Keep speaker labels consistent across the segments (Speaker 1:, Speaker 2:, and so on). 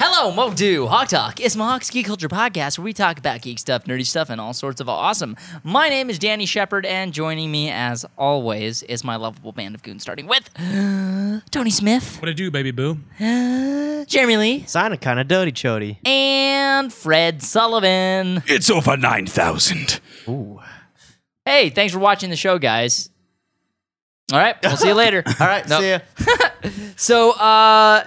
Speaker 1: Hello, what do Hawk Talk? It's Mohawk's Geek Culture Podcast where we talk about geek stuff, nerdy stuff, and all sorts of awesome. My name is Danny Shepard, and joining me, as always, is my lovable band of goons, starting with Tony Smith,
Speaker 2: What it do, baby boo?
Speaker 1: Jeremy Lee,
Speaker 3: Sounded kind of dirty, Chody.
Speaker 1: and Fred Sullivan.
Speaker 2: It's over 9,000.
Speaker 1: Hey, thanks for watching the show, guys. All right, we'll see you later.
Speaker 3: All right,
Speaker 1: Nope.
Speaker 3: see ya.
Speaker 1: So, uh,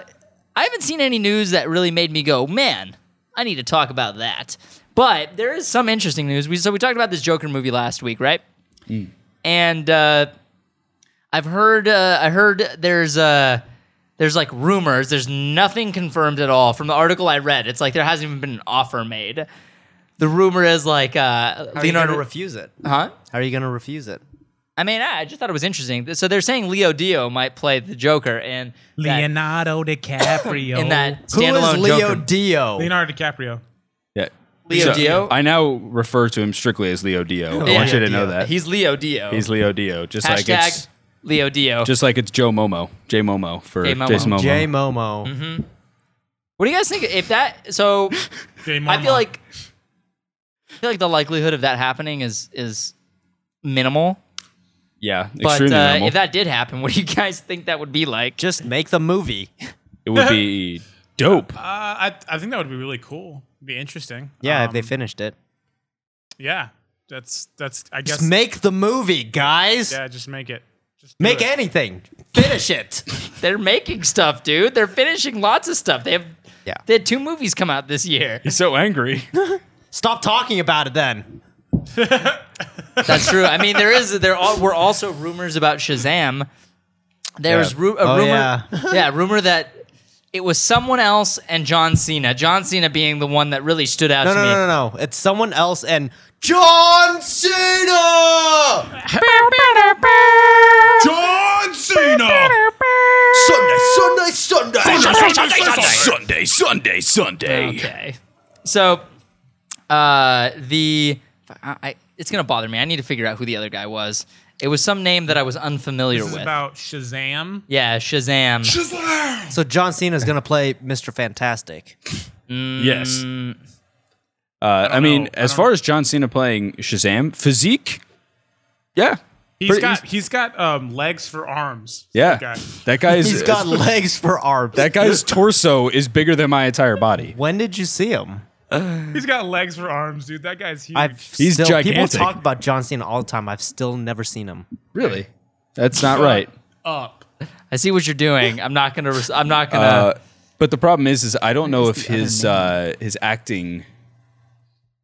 Speaker 1: I haven't seen any news that really made me go, man, I need to talk about that. But there is some interesting news. We, so, we talked about this Joker movie last week, right?
Speaker 3: Hmm.
Speaker 1: And uh, I've heard, uh, I heard there's Uh, there's like rumors. There's nothing confirmed at all from the article I read. It's like there hasn't even been an offer made. The rumor is like uh,
Speaker 3: How are you
Speaker 1: Leonardo.
Speaker 3: gonna refuse it?
Speaker 1: huh?
Speaker 3: How are you gonna refuse it?
Speaker 1: I mean, I I just thought it was interesting. So they're saying Leo Dio might play the Joker and that,
Speaker 2: Leonardo DiCaprio.
Speaker 1: in that
Speaker 3: Who
Speaker 1: standalone
Speaker 3: is Leo
Speaker 1: Joker.
Speaker 3: Dio?
Speaker 2: Leonardo DiCaprio.
Speaker 4: Yeah.
Speaker 1: Leo Dio? Oh,
Speaker 4: I now refer to him strictly as Leo Dio. I
Speaker 1: Yeah.
Speaker 4: want you to know
Speaker 3: Dio.
Speaker 4: that. He's,
Speaker 1: He's Leo Dio.
Speaker 4: Leo Dio. Just like
Speaker 1: hashtag
Speaker 4: it's
Speaker 1: Leo Dio.
Speaker 4: just like it's Joe Momo. J Momo for
Speaker 1: J Momo.
Speaker 4: Jason Momo.
Speaker 3: J Momo.
Speaker 1: what do you guys think if that? So
Speaker 2: Jay
Speaker 1: I
Speaker 2: Momo.
Speaker 1: feel like I feel like the likelihood of that happening is is minimal.
Speaker 4: yeah.
Speaker 1: But
Speaker 4: extremely
Speaker 1: uh,
Speaker 4: normal.
Speaker 1: if that did happen, what do you guys think that would be like?
Speaker 3: Just make the movie.
Speaker 4: it would be dope.
Speaker 2: Uh, I, I think that would be really cool. Be interesting.
Speaker 3: Yeah, if
Speaker 2: Um,
Speaker 3: they finished it.
Speaker 2: Yeah. That's, that's, I guess.
Speaker 3: Just make the movie, guys.
Speaker 2: yeah, just make it. Just do
Speaker 3: Make
Speaker 2: it.
Speaker 3: anything. Finish it.
Speaker 1: They're making stuff, dude. They're finishing lots of stuff. They have
Speaker 3: Yeah.
Speaker 1: they had two movies come out this year.
Speaker 4: He's so angry.
Speaker 3: Stop talking about it then.
Speaker 1: That's true. I mean, there is there all, were also rumors about Shazam. There was
Speaker 4: Yeah.
Speaker 1: ru- a
Speaker 3: Oh,
Speaker 1: rumor,
Speaker 3: yeah.
Speaker 1: yeah, rumor that it was someone else and John Cena. John Cena being the one that really stood out
Speaker 3: No,
Speaker 1: to
Speaker 3: no,
Speaker 1: me.
Speaker 3: no, no, no. It's someone else and John Cena.
Speaker 4: John Cena.
Speaker 3: Sunday, Sunday, Sunday.
Speaker 4: Sunday, Sunday, Sunday.
Speaker 1: Okay, so uh, the I, I, it's gonna bother me. I need to figure out who the other guy was. It was some name that I was unfamiliar
Speaker 2: This is
Speaker 1: with.
Speaker 2: about Shazam.
Speaker 1: yeah, Shazam.
Speaker 3: So John Cena's gonna play Mr. Fantastic.
Speaker 4: Yes.
Speaker 1: Mm.
Speaker 4: Uh, I, mean,
Speaker 2: know. I
Speaker 4: as
Speaker 2: don't
Speaker 4: far as John Cena playing Shazam, physique, yeah,
Speaker 2: He's
Speaker 4: Pretty-
Speaker 2: got, he's got um, legs for arms.
Speaker 4: yeah.
Speaker 2: That guy.
Speaker 4: That guy's
Speaker 3: He's got legs for arms.
Speaker 4: that guy's torso is bigger than my entire body.
Speaker 3: When did you see him?
Speaker 2: He's got legs for arms, dude. That guy's huge.
Speaker 3: I've
Speaker 4: He's
Speaker 3: still, People
Speaker 4: gigantic.
Speaker 3: talk about John Cena all the time. I've still never seen him.
Speaker 4: Really? That's not right.
Speaker 2: Up.
Speaker 1: I see what you're doing. I'm not gonna. Res- I'm not gonna.
Speaker 4: Uh, but the problem is, is I don't know if his uh, his acting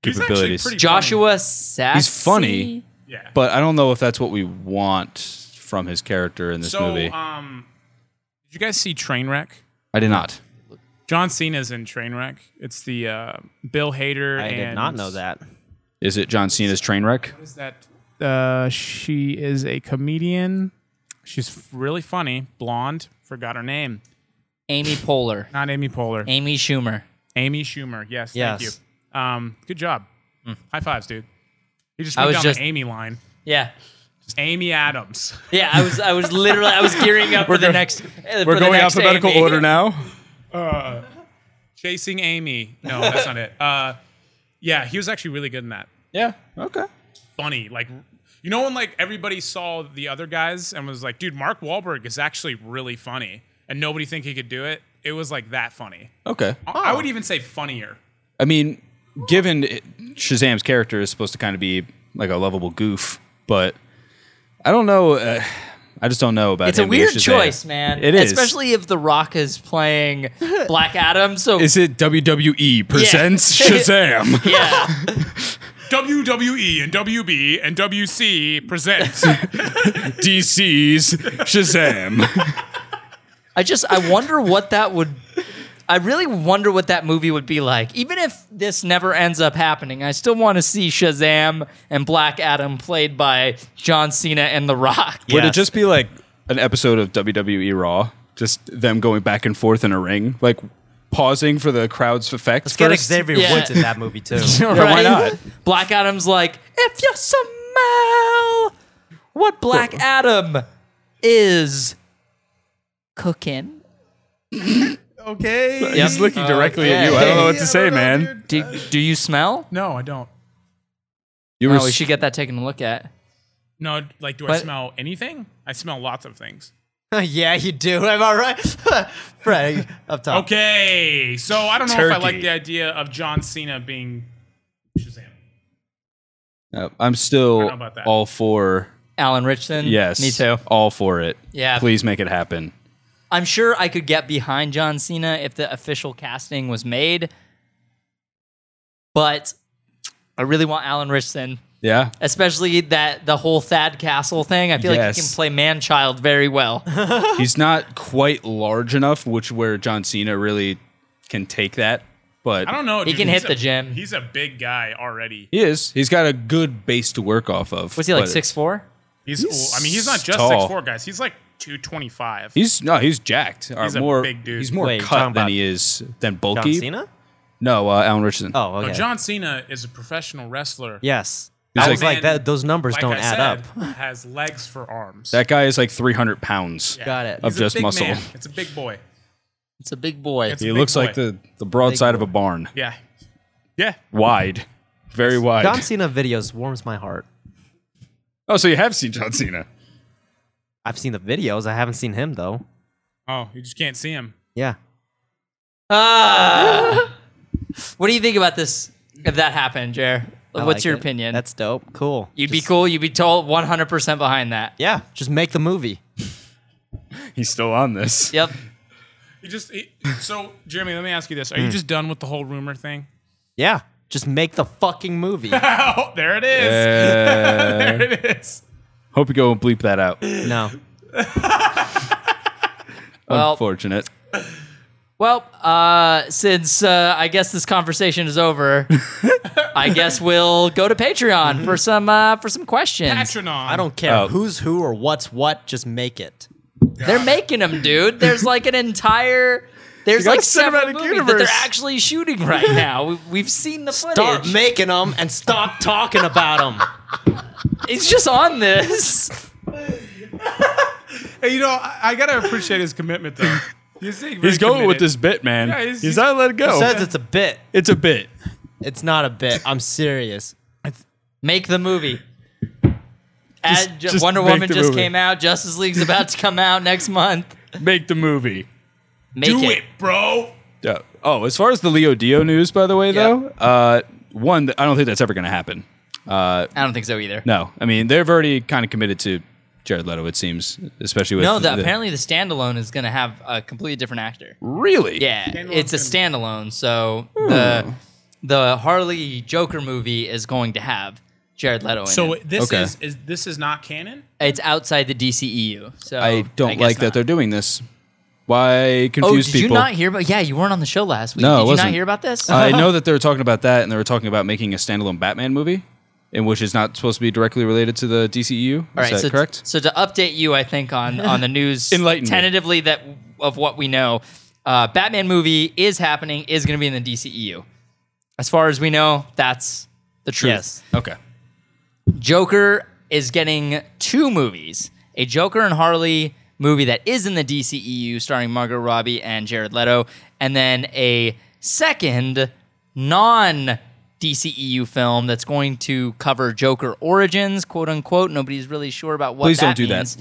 Speaker 2: He's actually
Speaker 4: capabilities.
Speaker 2: pretty
Speaker 1: Joshua Sassy.
Speaker 4: He's funny,
Speaker 2: funny. Yeah.
Speaker 4: but I don't know if that's what we want from his character in this
Speaker 2: so,
Speaker 4: movie.
Speaker 2: um, did you guys see Trainwreck?
Speaker 4: I did not.
Speaker 2: John Cena's in Trainwreck. It's the uh, Bill Hader.
Speaker 3: I
Speaker 2: and
Speaker 3: did not know that.
Speaker 4: Is it John Cena's train wreck?
Speaker 2: Is that uh, she is a comedian? She's f- really funny, blonde. Forgot her name.
Speaker 1: Amy Poehler.
Speaker 2: Not Amy Poehler.
Speaker 1: Amy Schumer.
Speaker 2: Amy Schumer. Yes,
Speaker 3: Yes.
Speaker 2: thank you. Um, good job. High fives, dude. You just
Speaker 1: Hmm. I
Speaker 2: went
Speaker 1: was
Speaker 2: down
Speaker 1: just-
Speaker 2: the Amy line.
Speaker 1: Yeah.
Speaker 2: Amy Adams.
Speaker 1: Yeah, I was I was literally I was gearing up for the next
Speaker 4: We're going alphabetical order now.
Speaker 2: Chasing Amy. No, that's not it. Uh, yeah, he was actually really good in that.
Speaker 4: Yeah. Okay.
Speaker 2: funny. Like, you know, when like everybody saw the other guys and was like, dude, Mark Wahlberg is actually really funny, and nobody think he could do it. It was like that funny.
Speaker 4: Okay.
Speaker 2: I- I would even say funnier.
Speaker 4: I mean, given it, Shazam's character is supposed to kind of be like a lovable goof, but I don't know. Uh, I just don't know about.
Speaker 1: It's a
Speaker 4: him being
Speaker 1: weird
Speaker 4: Shazam.
Speaker 1: choice, man.
Speaker 4: It is.
Speaker 1: Especially if The Rock is playing Black Adam. So
Speaker 4: Is it WWE presents Shazam?
Speaker 1: yeah.
Speaker 2: WWE E and WB and WC presents.
Speaker 4: DC's Shazam.
Speaker 1: I just I wonder what that would I really wonder what that movie would be like. Even if this never ends up happening, I still want to see Shazam and Black Adam played by John Cena and The Rock.
Speaker 4: Would it
Speaker 3: Yes.
Speaker 4: just be like an episode of WWE Raw? Just them going back and forth in a ring, like pausing for the crowd's effects.
Speaker 3: Get
Speaker 4: first?
Speaker 3: Xavier
Speaker 1: Yeah.
Speaker 3: Woods in that movie too.
Speaker 1: Right?
Speaker 4: not?
Speaker 1: Black Adam's like, if you smell what Black Adam is cooking.
Speaker 3: okay.
Speaker 1: Yep.
Speaker 4: He's looking directly at
Speaker 1: Okay.
Speaker 4: you. I don't know what
Speaker 3: Yeah,
Speaker 4: to say,
Speaker 3: don't know,
Speaker 4: man.
Speaker 3: dude.
Speaker 1: Do, do you smell?
Speaker 2: No, I don't.
Speaker 4: You
Speaker 1: Oh,
Speaker 4: were
Speaker 1: we
Speaker 4: s-
Speaker 1: should get that taken a look at.
Speaker 2: No, like, do I
Speaker 1: What?
Speaker 2: smell anything? I smell lots of things.
Speaker 3: yeah, you do. Am I right? Fred, up top.
Speaker 2: Okay, so I don't know if I
Speaker 4: Turkey.
Speaker 2: like the idea of John Cena being Shazam.
Speaker 4: Uh, I'm still
Speaker 2: know about that.
Speaker 4: all for
Speaker 1: Alan Richson.
Speaker 4: yes.
Speaker 1: Me too.
Speaker 4: All for it.
Speaker 1: Yeah.
Speaker 4: Please make it happen.
Speaker 1: I'm sure I could get behind John Cena if the official casting was made. But I really want Alan Richson,
Speaker 4: Yeah.
Speaker 1: especially that the whole Thad Castle thing. I feel like he
Speaker 4: Yes.
Speaker 1: can play man child very well.
Speaker 4: He's not quite large enough, which where John Cena really can take that. But
Speaker 2: I don't know.
Speaker 1: He
Speaker 2: dude.
Speaker 1: can
Speaker 2: He's
Speaker 1: hit
Speaker 2: a-
Speaker 1: the gym.
Speaker 2: He's a big guy already.
Speaker 4: He is. He's got a good base to work off of.
Speaker 1: Was he like
Speaker 4: but
Speaker 1: six four?
Speaker 2: He's, well, I mean, he's not just
Speaker 4: tall.
Speaker 2: six four guys. He's like two twenty five.
Speaker 4: He's no. He's jacked. Or
Speaker 2: He's a
Speaker 4: more,
Speaker 2: big dude.
Speaker 4: He's more
Speaker 3: Wait, talking
Speaker 4: cut than
Speaker 3: about
Speaker 4: he is than
Speaker 3: John
Speaker 4: bulky.
Speaker 3: Cena?
Speaker 4: No, uh, Alan Richardson.
Speaker 2: Oh,
Speaker 3: Oh, okay.
Speaker 2: John Cena is a professional wrestler.
Speaker 3: Yes.
Speaker 4: He's
Speaker 3: I
Speaker 4: like-
Speaker 3: was like,
Speaker 2: Man,
Speaker 3: that. those numbers
Speaker 2: like
Speaker 3: don't
Speaker 2: I
Speaker 3: add
Speaker 2: said,
Speaker 3: up.
Speaker 2: Has legs for arms.
Speaker 4: That guy is like 300 pounds.
Speaker 2: Yeah.
Speaker 3: Got it.
Speaker 4: Of
Speaker 2: He's a
Speaker 4: just
Speaker 2: big
Speaker 4: muscle.
Speaker 2: man. It's a big boy.
Speaker 1: It's a big boy.
Speaker 2: It's a
Speaker 4: He
Speaker 2: big
Speaker 4: looks like
Speaker 2: boy.
Speaker 4: the the broadside of a barn.
Speaker 2: yeah, yeah.
Speaker 4: Wide, very wide.
Speaker 3: John Cena videos warms my heart.
Speaker 4: oh, so you have seen John Cena?
Speaker 3: I've seen the videos. I haven't seen him though.
Speaker 2: Oh, you just can't see him.
Speaker 3: Yeah.
Speaker 1: Ah. what do you think about this? If that happened, Jer,
Speaker 3: I
Speaker 1: what's
Speaker 3: like
Speaker 1: your
Speaker 3: it.
Speaker 1: opinion?
Speaker 3: That's dope. Cool.
Speaker 1: you'd be cool. You'd be told 100 percent behind that.
Speaker 3: Yeah. Just make the movie.
Speaker 4: He's still on this.
Speaker 1: Yep.
Speaker 2: You just he- so Jeremy. Let me ask you this: Are
Speaker 4: Hmm.
Speaker 2: you just done with the whole rumor thing?
Speaker 3: Yeah. Just make the fucking movie.
Speaker 2: Oh, there it is. there it is.
Speaker 4: Hope you go and bleep that out.
Speaker 3: no.
Speaker 1: Well,
Speaker 4: Unfortunate.
Speaker 1: Well, uh, since uh, I guess this conversation is over, I guess we'll go to Patreon
Speaker 4: Mm-hmm.
Speaker 1: for some uh, for some questions.
Speaker 2: Patronon.
Speaker 3: I don't care
Speaker 4: Oh.
Speaker 3: who's who or what's what. Just make it.
Speaker 1: They're making them, dude. There's like an entire there's
Speaker 4: got
Speaker 1: like
Speaker 4: a
Speaker 1: several
Speaker 4: cinematic
Speaker 1: movies that
Speaker 4: universe.
Speaker 1: they're actually shooting right now. We, we've seen the footage.
Speaker 3: Start making them and stop talking about them.
Speaker 1: it's just on this.
Speaker 2: Hey, you know, I, I gotta appreciate his commitment though. He's, very
Speaker 4: He's going with
Speaker 2: committed.
Speaker 4: this bit, man.
Speaker 2: Yeah, he's-
Speaker 4: he's, not let it go.
Speaker 3: Says it's a bit.
Speaker 4: it's a bit.
Speaker 3: It's not a bit. I'm serious.
Speaker 1: Make the movie. Ad- ju-
Speaker 4: just
Speaker 1: Wonder
Speaker 4: make
Speaker 1: Woman
Speaker 4: the
Speaker 1: just
Speaker 4: movie.
Speaker 1: came out. Justice League's about to come out next month.
Speaker 4: Make the movie.
Speaker 1: Make
Speaker 2: Do it, bro.
Speaker 4: Yeah. Oh, as far as the Leo Dio news, by the way, though, uh, one, th- I don't think that's ever going to happen.
Speaker 1: I don't think so either.
Speaker 4: No, I mean they've already kind of committed to Jared Leto. It seems, especially with
Speaker 1: No, the, apparently the standalone is going to have a completely different actor.
Speaker 4: really,
Speaker 1: Yeah,
Speaker 2: Standalone's
Speaker 1: it's a standalone. So
Speaker 4: Hmm.
Speaker 1: the the Harley Joker movie is going to have Jared Leto in
Speaker 2: So
Speaker 1: it.
Speaker 2: this
Speaker 4: Okay.
Speaker 2: is, is this is not canon.
Speaker 1: It's outside the DCEU. So
Speaker 4: I don't
Speaker 1: guess
Speaker 4: like that
Speaker 1: not.
Speaker 4: they're doing this. Why
Speaker 1: Oh,
Speaker 4: confuse
Speaker 1: did you
Speaker 4: people?
Speaker 1: not hear about? Yeah, you weren't on the show last week.
Speaker 4: No, I
Speaker 1: did you not
Speaker 4: wasn't.
Speaker 1: hear about this?
Speaker 4: I know that they were talking about that, and they were talking about making a standalone Batman movie, and which is not supposed to be directly related to the DCEU. Is that
Speaker 1: so,
Speaker 4: correct?
Speaker 1: So to update you, I think on on the news,
Speaker 4: Enlighten me.
Speaker 1: tentatively that of what we know, uh, Batman movie is happening. Is going to be in the DCEU. As far as we know, that's the truth.
Speaker 3: Yes.
Speaker 4: Okay.
Speaker 1: Joker is getting two movies a Joker and Harley movie that is in the DCEU starring Margot Robbie and Jared Leto, and then a second non DCEU film that's going to cover Joker origins, quote unquote. Nobody's really sure about what
Speaker 4: Please
Speaker 1: that
Speaker 4: don't do that.
Speaker 1: means.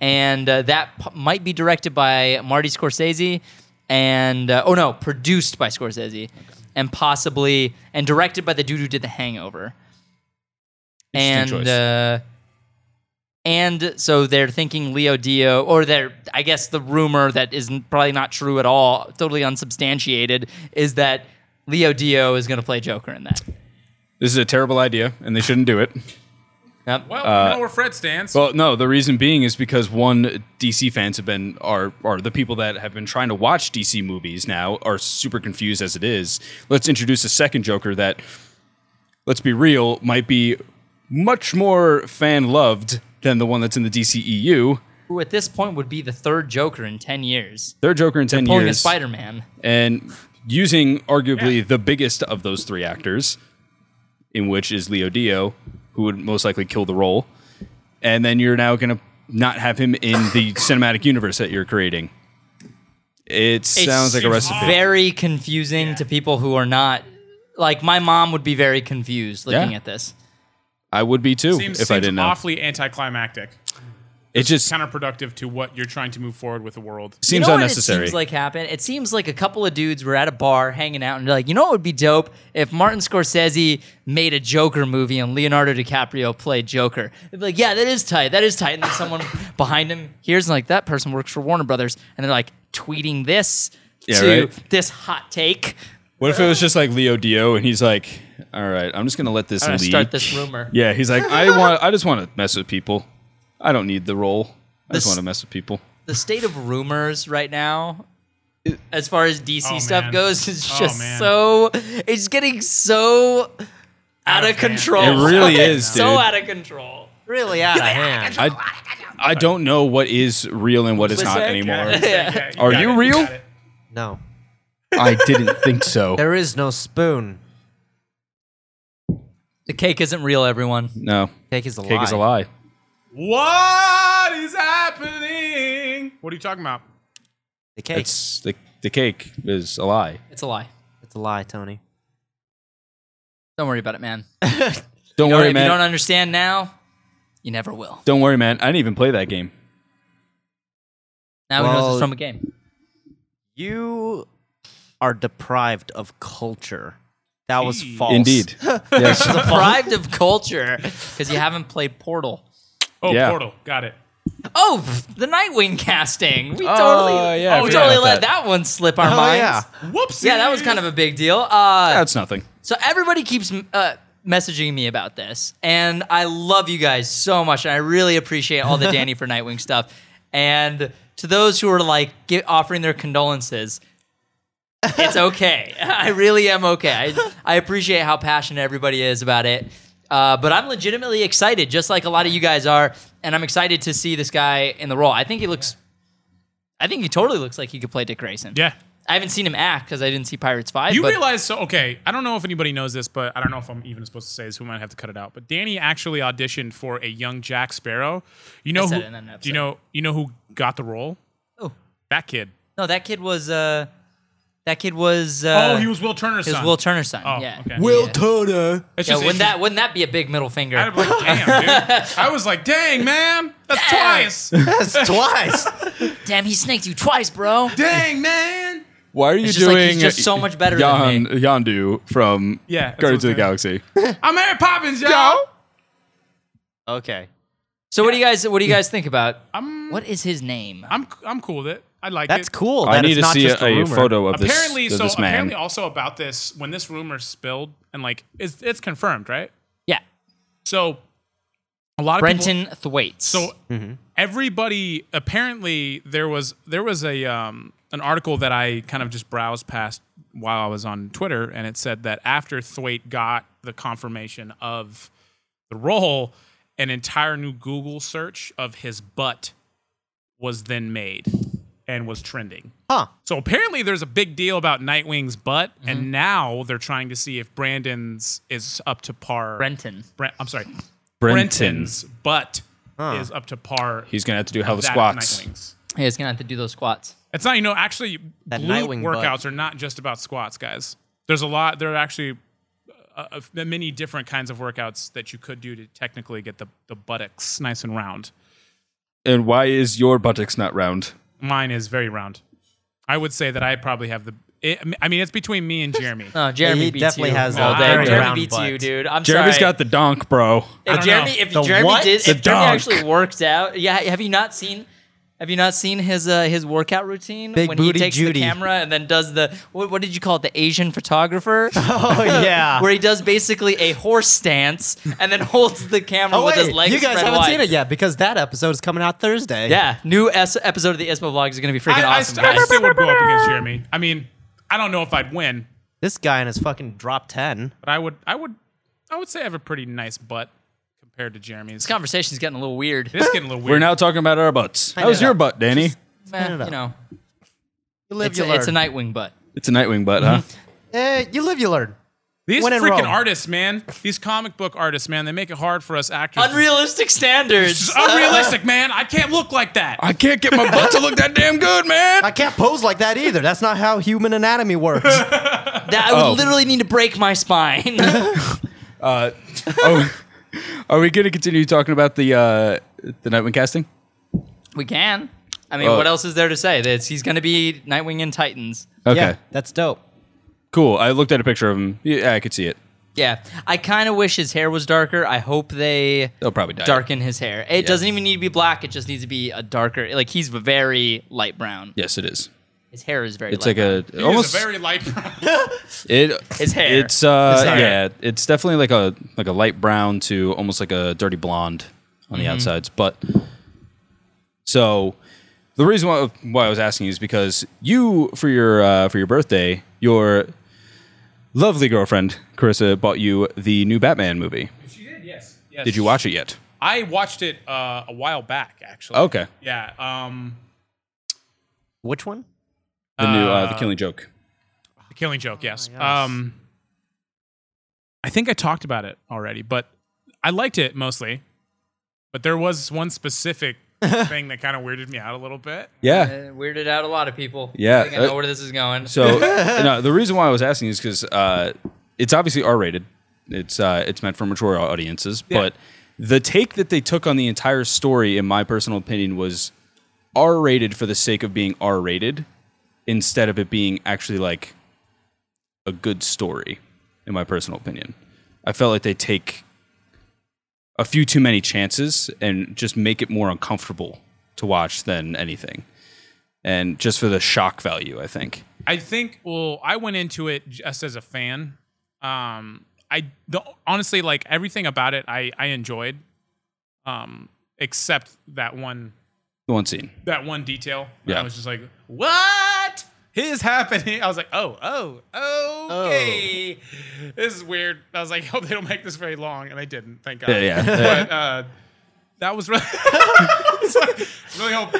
Speaker 1: And uh, that p- might be directed by Marty Scorsese and, uh, oh no, produced by Scorsese and possibly, and directed by the dude who did The Hangover and
Speaker 4: Interesting choice.
Speaker 1: uh, and so they're thinking Leo Dio, or they're I guess the rumor that is n- probably not true at all, totally unsubstantiated, is that Leo Dio is going to play Joker in that.
Speaker 4: This is a terrible idea, and they shouldn't do it.
Speaker 1: Yep.
Speaker 2: Well, you know where Fred stands.
Speaker 4: Uh, Well, no, the reason being is because one DC fans have been are are the people that have been trying to watch DC movies now are super confused as it is. Let's introduce a second Joker that let's be real might be much more fan loved than the one that's in the E DCEU.
Speaker 1: Who at this point would be the third Joker in ten years,
Speaker 4: Their Joker in 10
Speaker 1: pulling a
Speaker 4: years
Speaker 1: Spider Man.
Speaker 4: and using arguably
Speaker 2: Yeah.
Speaker 4: the biggest of those three actors in which is Leo Dio who would most likely kill the role. And then you're now going to not have him in the cinematic universe that you're creating. It sounds like a
Speaker 2: it's
Speaker 4: recipe.
Speaker 1: Very confusing
Speaker 2: Yeah.
Speaker 1: to people who are not like my mom would be very confused looking
Speaker 4: Yeah.
Speaker 1: at this.
Speaker 4: I would be too
Speaker 2: Seems,
Speaker 4: if
Speaker 2: seems
Speaker 4: I didn't know.
Speaker 2: awfully anticlimactic.
Speaker 4: It just
Speaker 2: Counterproductive to what you're trying to move forward with the world.
Speaker 1: You
Speaker 4: seems
Speaker 1: know what
Speaker 4: unnecessary.
Speaker 1: It seems like happened. It seems like a couple of dudes were at a bar hanging out and they're like, you know what would be dope if Martin Scorsese made a Joker movie and Leonardo DiCaprio played Joker. They'd be like, yeah, that is tight. That is tight. And then someone behind him hears and like that person works for Warner Brothers, and they're like tweeting this
Speaker 4: Yeah,
Speaker 1: to
Speaker 4: right.
Speaker 1: this hot take.
Speaker 4: what if it was just like Leo Dio and he's like, "All right, I'm just gonna let this
Speaker 1: I'm gonna
Speaker 4: leak."
Speaker 1: start this rumor.
Speaker 4: Yeah, he's like, "I want. I just want to mess with people. I don't need the role. I
Speaker 1: This-
Speaker 4: just want to mess with people."
Speaker 1: The state of rumors right now. As far as DC
Speaker 2: Oh,
Speaker 1: stuff
Speaker 2: man.
Speaker 1: goes, is
Speaker 2: Oh,
Speaker 1: just
Speaker 2: man.
Speaker 1: so it's getting so out, of
Speaker 2: of hand.
Speaker 1: control.
Speaker 4: It really is,
Speaker 1: so
Speaker 4: dude.
Speaker 1: out of control.
Speaker 3: Really out of hand.
Speaker 4: I, I don't know what is real and what is not
Speaker 1: Listen.
Speaker 4: anymore.
Speaker 2: Yeah,
Speaker 4: Are
Speaker 2: got
Speaker 4: you
Speaker 2: it,
Speaker 4: real?
Speaker 2: got it.
Speaker 3: No,
Speaker 4: I didn't think so.
Speaker 3: there is no spoon.
Speaker 1: The cake isn't real, everyone.
Speaker 4: No,
Speaker 3: Cake is a lie.
Speaker 4: cake is a lie.
Speaker 2: What is happening? What are you talking about?
Speaker 3: The cake. It's,
Speaker 4: It's the the cake is a lie.
Speaker 1: It's a lie.
Speaker 3: a lie, Tony.
Speaker 1: Don't worry about it, man.
Speaker 4: Don't
Speaker 1: Don't-
Speaker 4: worry,
Speaker 1: if you don't
Speaker 4: man.
Speaker 1: understand now, you never will.
Speaker 4: Don't worry, man. I didn't even play that game.
Speaker 1: Now he knows
Speaker 3: Well-
Speaker 1: it's from a game.
Speaker 3: You are deprived of culture. That was
Speaker 2: Jeez.
Speaker 3: false.
Speaker 4: Indeed. Yes.
Speaker 1: Deprived of culture because you haven't played Portal.
Speaker 2: Oh,
Speaker 4: Yeah.
Speaker 2: Portal. Got it.
Speaker 1: Oh, pff, the Nightwing casting. We
Speaker 4: Oh,
Speaker 1: totally,
Speaker 4: yeah, I
Speaker 1: we
Speaker 4: forgot
Speaker 1: totally
Speaker 4: about
Speaker 1: let
Speaker 4: that.
Speaker 1: that. one slip our
Speaker 3: Oh,
Speaker 1: minds.
Speaker 3: yeah.
Speaker 2: Whoops.
Speaker 1: Yeah, that was kind of a big deal. Uh,
Speaker 4: That's nothing.
Speaker 1: So everybody keeps uh, messaging me about this, and I love you guys so much, and I really appreciate all the Danny for Nightwing stuff. And to those who are like gi- offering their condolences, it's okay. I really am okay. I, I appreciate how passionate everybody is about it. Uh, but I'm legitimately excited, just like a lot of you guys are, and I'm excited to see this guy in the role. I think he looks, I think he totally looks like he could play Dick Grayson.
Speaker 2: Yeah.
Speaker 1: I haven't seen him act because I didn't see Pirates Five.
Speaker 2: You
Speaker 1: but
Speaker 2: realize so okay. I don't know if anybody knows this, but I don't know if I'm even supposed to say this. We might have to cut it out. But Danny actually auditioned for a young Jack Sparrow. You know
Speaker 1: said it
Speaker 2: who?
Speaker 1: in an
Speaker 2: Do you know? You know who got the role?
Speaker 1: Oh.
Speaker 2: That kid.
Speaker 1: No, that kid was uh that kid was uh
Speaker 2: oh, he was Will Turner's
Speaker 1: it was
Speaker 2: son.
Speaker 1: Will Turner's son.
Speaker 2: Oh,
Speaker 1: yeah.
Speaker 2: okay.
Speaker 3: Will
Speaker 1: Yeah.
Speaker 3: Turner.
Speaker 2: It's
Speaker 1: Yeah,
Speaker 2: just-
Speaker 1: wouldn't
Speaker 2: it's-
Speaker 1: that wouldn't that be a big middle finger?
Speaker 2: I'd be like, damn, dude. I was like, dang, man, that's twice.
Speaker 3: That's twice.
Speaker 1: Damn, he snaked you twice, bro.
Speaker 2: dang, man.
Speaker 4: Why are you
Speaker 1: just like
Speaker 4: doing
Speaker 1: he's just so much better than
Speaker 4: Yon, Yondu from
Speaker 2: Yeah, that's
Speaker 4: Guardians of the
Speaker 2: what I'm
Speaker 4: Galaxy?
Speaker 2: I'm Mary Poppins, y'all.
Speaker 3: okay.
Speaker 1: So what do you guys what do you guys think about? what is his name?
Speaker 2: I'm I'm cool with it. I like
Speaker 3: That's
Speaker 2: it.
Speaker 3: cool.
Speaker 4: I
Speaker 3: that it's
Speaker 4: need to
Speaker 3: not
Speaker 4: see
Speaker 3: just
Speaker 4: a,
Speaker 3: a,
Speaker 4: a
Speaker 3: rumor.
Speaker 4: photo of this,
Speaker 2: apparently
Speaker 4: of
Speaker 2: so
Speaker 4: this man.
Speaker 2: apparently also about this when this rumor spilled and like it's it's confirmed right
Speaker 1: Yeah.
Speaker 2: so a lot of people,
Speaker 1: Brenton Thwaites.
Speaker 2: so everybody apparently there was there was a um an article that I kind of just browsed past while I was on Twitter and it said that after Thwaite got the confirmation of the role an entire new Google search of his butt was then made and was trending
Speaker 3: Huh.
Speaker 2: so apparently, there's a big deal about Nightwing's butt, and now they're trying to see if Brandon's is up to par.
Speaker 1: Brenton.
Speaker 2: Bren- I'm sorry,
Speaker 4: Brenton.
Speaker 2: Brenton's butt is up to par.
Speaker 4: He's gonna have to do hell
Speaker 2: with
Speaker 4: the
Speaker 2: that of
Speaker 4: squats.
Speaker 2: Nightwing's.
Speaker 1: Yeah, he's gonna have to do those squats.
Speaker 2: It's not you know actually
Speaker 3: That
Speaker 2: glute
Speaker 3: Nightwing butt.
Speaker 2: workouts are not just about squats, guys. There's a lot. There are actually uh, uh, many different kinds of workouts that you could do to technically get the the buttocks nice and round.
Speaker 4: And why is your buttocks not round?
Speaker 2: Mine is very round. I would say that I probably have the. It, I mean, it's between me and Jeremy.
Speaker 1: No, Uh, Jeremy
Speaker 3: he
Speaker 1: beats
Speaker 3: definitely
Speaker 1: Oh, you
Speaker 3: has
Speaker 1: all
Speaker 2: a
Speaker 1: day.
Speaker 2: very
Speaker 1: Jeremy
Speaker 3: round
Speaker 1: beats
Speaker 3: butt.
Speaker 1: you, dude. I'm
Speaker 4: Jeremy's
Speaker 1: sorry.
Speaker 4: got the donk, bro.
Speaker 1: if
Speaker 2: don't
Speaker 1: Jeremy
Speaker 2: know.
Speaker 1: if
Speaker 3: The
Speaker 1: Jeremy
Speaker 3: what?
Speaker 1: did
Speaker 4: The
Speaker 1: if Jeremy
Speaker 4: dunk.
Speaker 1: actually works out. Yeah, have you not seen have you not seen his uh, his workout routine
Speaker 3: Big
Speaker 1: when
Speaker 3: booty
Speaker 1: he takes
Speaker 3: Judy.
Speaker 1: the camera and then does the what, what did you call it the Asian photographer?
Speaker 3: Oh yeah.
Speaker 1: where he does basically a horse stance and then holds the camera
Speaker 3: oh
Speaker 1: with
Speaker 3: wait,
Speaker 1: his legs
Speaker 3: you guys
Speaker 1: spread
Speaker 3: haven't
Speaker 1: wide.
Speaker 3: seen it yet because that episode is coming out Thursday.
Speaker 1: Yeah, new S- episode of the ISPA vlog is going to be freaking
Speaker 2: I, I
Speaker 1: awesome.
Speaker 2: st- I
Speaker 1: guys.
Speaker 2: still would go up against Jeremy. I mean, I don't know if I'd win,
Speaker 3: This guy and his fucking drop ten.
Speaker 2: but I would. I would. I would say I have a pretty nice butt compared to Jeremy's.
Speaker 1: this conversation's getting a little weird.
Speaker 2: It's getting a little
Speaker 4: We're
Speaker 2: weird.
Speaker 4: now talking about our butts.
Speaker 3: know.
Speaker 4: How's your butt, Danny?
Speaker 1: Eh,
Speaker 3: it
Speaker 1: you
Speaker 3: up.
Speaker 1: know,
Speaker 3: You live,
Speaker 1: it's a,
Speaker 3: you learn.
Speaker 1: it's a Nightwing butt.
Speaker 4: Mm-hmm. It's a Nightwing butt, huh?
Speaker 3: Eh, you live, you learn.
Speaker 2: These
Speaker 3: When in
Speaker 2: freaking
Speaker 3: Rome.
Speaker 2: artists, man. These comic book artists, man. They make it hard for us actors. to-
Speaker 1: Unrealistic standards.
Speaker 2: It's unrealistic, man. I can't look like that.
Speaker 4: I can't get my butt to look that damn good, man.
Speaker 3: I can't pose like that either. That's not how human anatomy works.
Speaker 1: that I would
Speaker 4: Oh.
Speaker 1: literally need to break my spine.
Speaker 4: oh, are we going to continue talking about the uh, the Nightwing casting?
Speaker 1: we can. I mean,
Speaker 4: Oh.
Speaker 1: what else is there to say? That's he's going to be Nightwing and Titans.
Speaker 4: Okay,
Speaker 3: Yeah, that's dope.
Speaker 4: cool. I looked at a picture of him. Yeah, I could see it.
Speaker 1: Yeah, I kind of wish his hair was darker. I hope they
Speaker 4: They'll probably dye it.
Speaker 1: darken his hair. It doesn't even need to be black. It just needs to be a darker. Like he's very light brown.
Speaker 4: Yes, it is.
Speaker 1: His hair is very.
Speaker 4: It's
Speaker 1: light
Speaker 4: like a
Speaker 2: He is
Speaker 4: almost
Speaker 2: a very light. brown.
Speaker 4: it.
Speaker 1: His hair.
Speaker 4: It's uh
Speaker 1: His hair.
Speaker 4: yeah. It's definitely like a like a light brown to almost like a dirty blonde on
Speaker 1: Mm-hmm.
Speaker 4: the outsides. But so the reason why, why I was asking is because you for your uh, for your birthday your lovely girlfriend Carissa bought you the new Batman movie.
Speaker 2: She did, yes. yes.
Speaker 4: Did you watch it yet?
Speaker 2: I watched it uh, a while back, actually.
Speaker 4: Okay.
Speaker 2: Yeah. Um,
Speaker 3: Which one?
Speaker 4: The new uh, the Killing Joke.
Speaker 2: The Killing Joke, yes. um, I think I talked about it already, but I liked it mostly. But there was one specific thing that kind of weirded me out a little bit.
Speaker 4: Yeah.
Speaker 1: Uh, weirded out a lot of people.
Speaker 4: Yeah,
Speaker 1: I think I know
Speaker 4: uh,
Speaker 1: where this is going.
Speaker 4: So no, the reason why I was asking is because uh, it's obviously R rated. It's uh, it's meant for mature audiences, but the take that they took on the entire story, in my personal opinion, was R rated for the sake of being R rated, instead of it being actually like a good story. In my personal opinion, I felt like they take a few too many chances and just make it more uncomfortable to watch than anything, and just for the shock value, I think.
Speaker 2: I think. Well, I went into it just as a fan. Um, I the, honestly like everything about it. I I enjoyed, um, except that one
Speaker 4: The one scene.
Speaker 2: that one detail. Yeah.
Speaker 4: Yeah.
Speaker 2: I was just like, what is happening? I was like, oh, oh, okay.
Speaker 4: Oh.
Speaker 2: This is weird. I was like, hope they don't make this very long. And they didn't, thank God.
Speaker 4: Yeah, yeah.
Speaker 2: But uh, that was really, I really hope,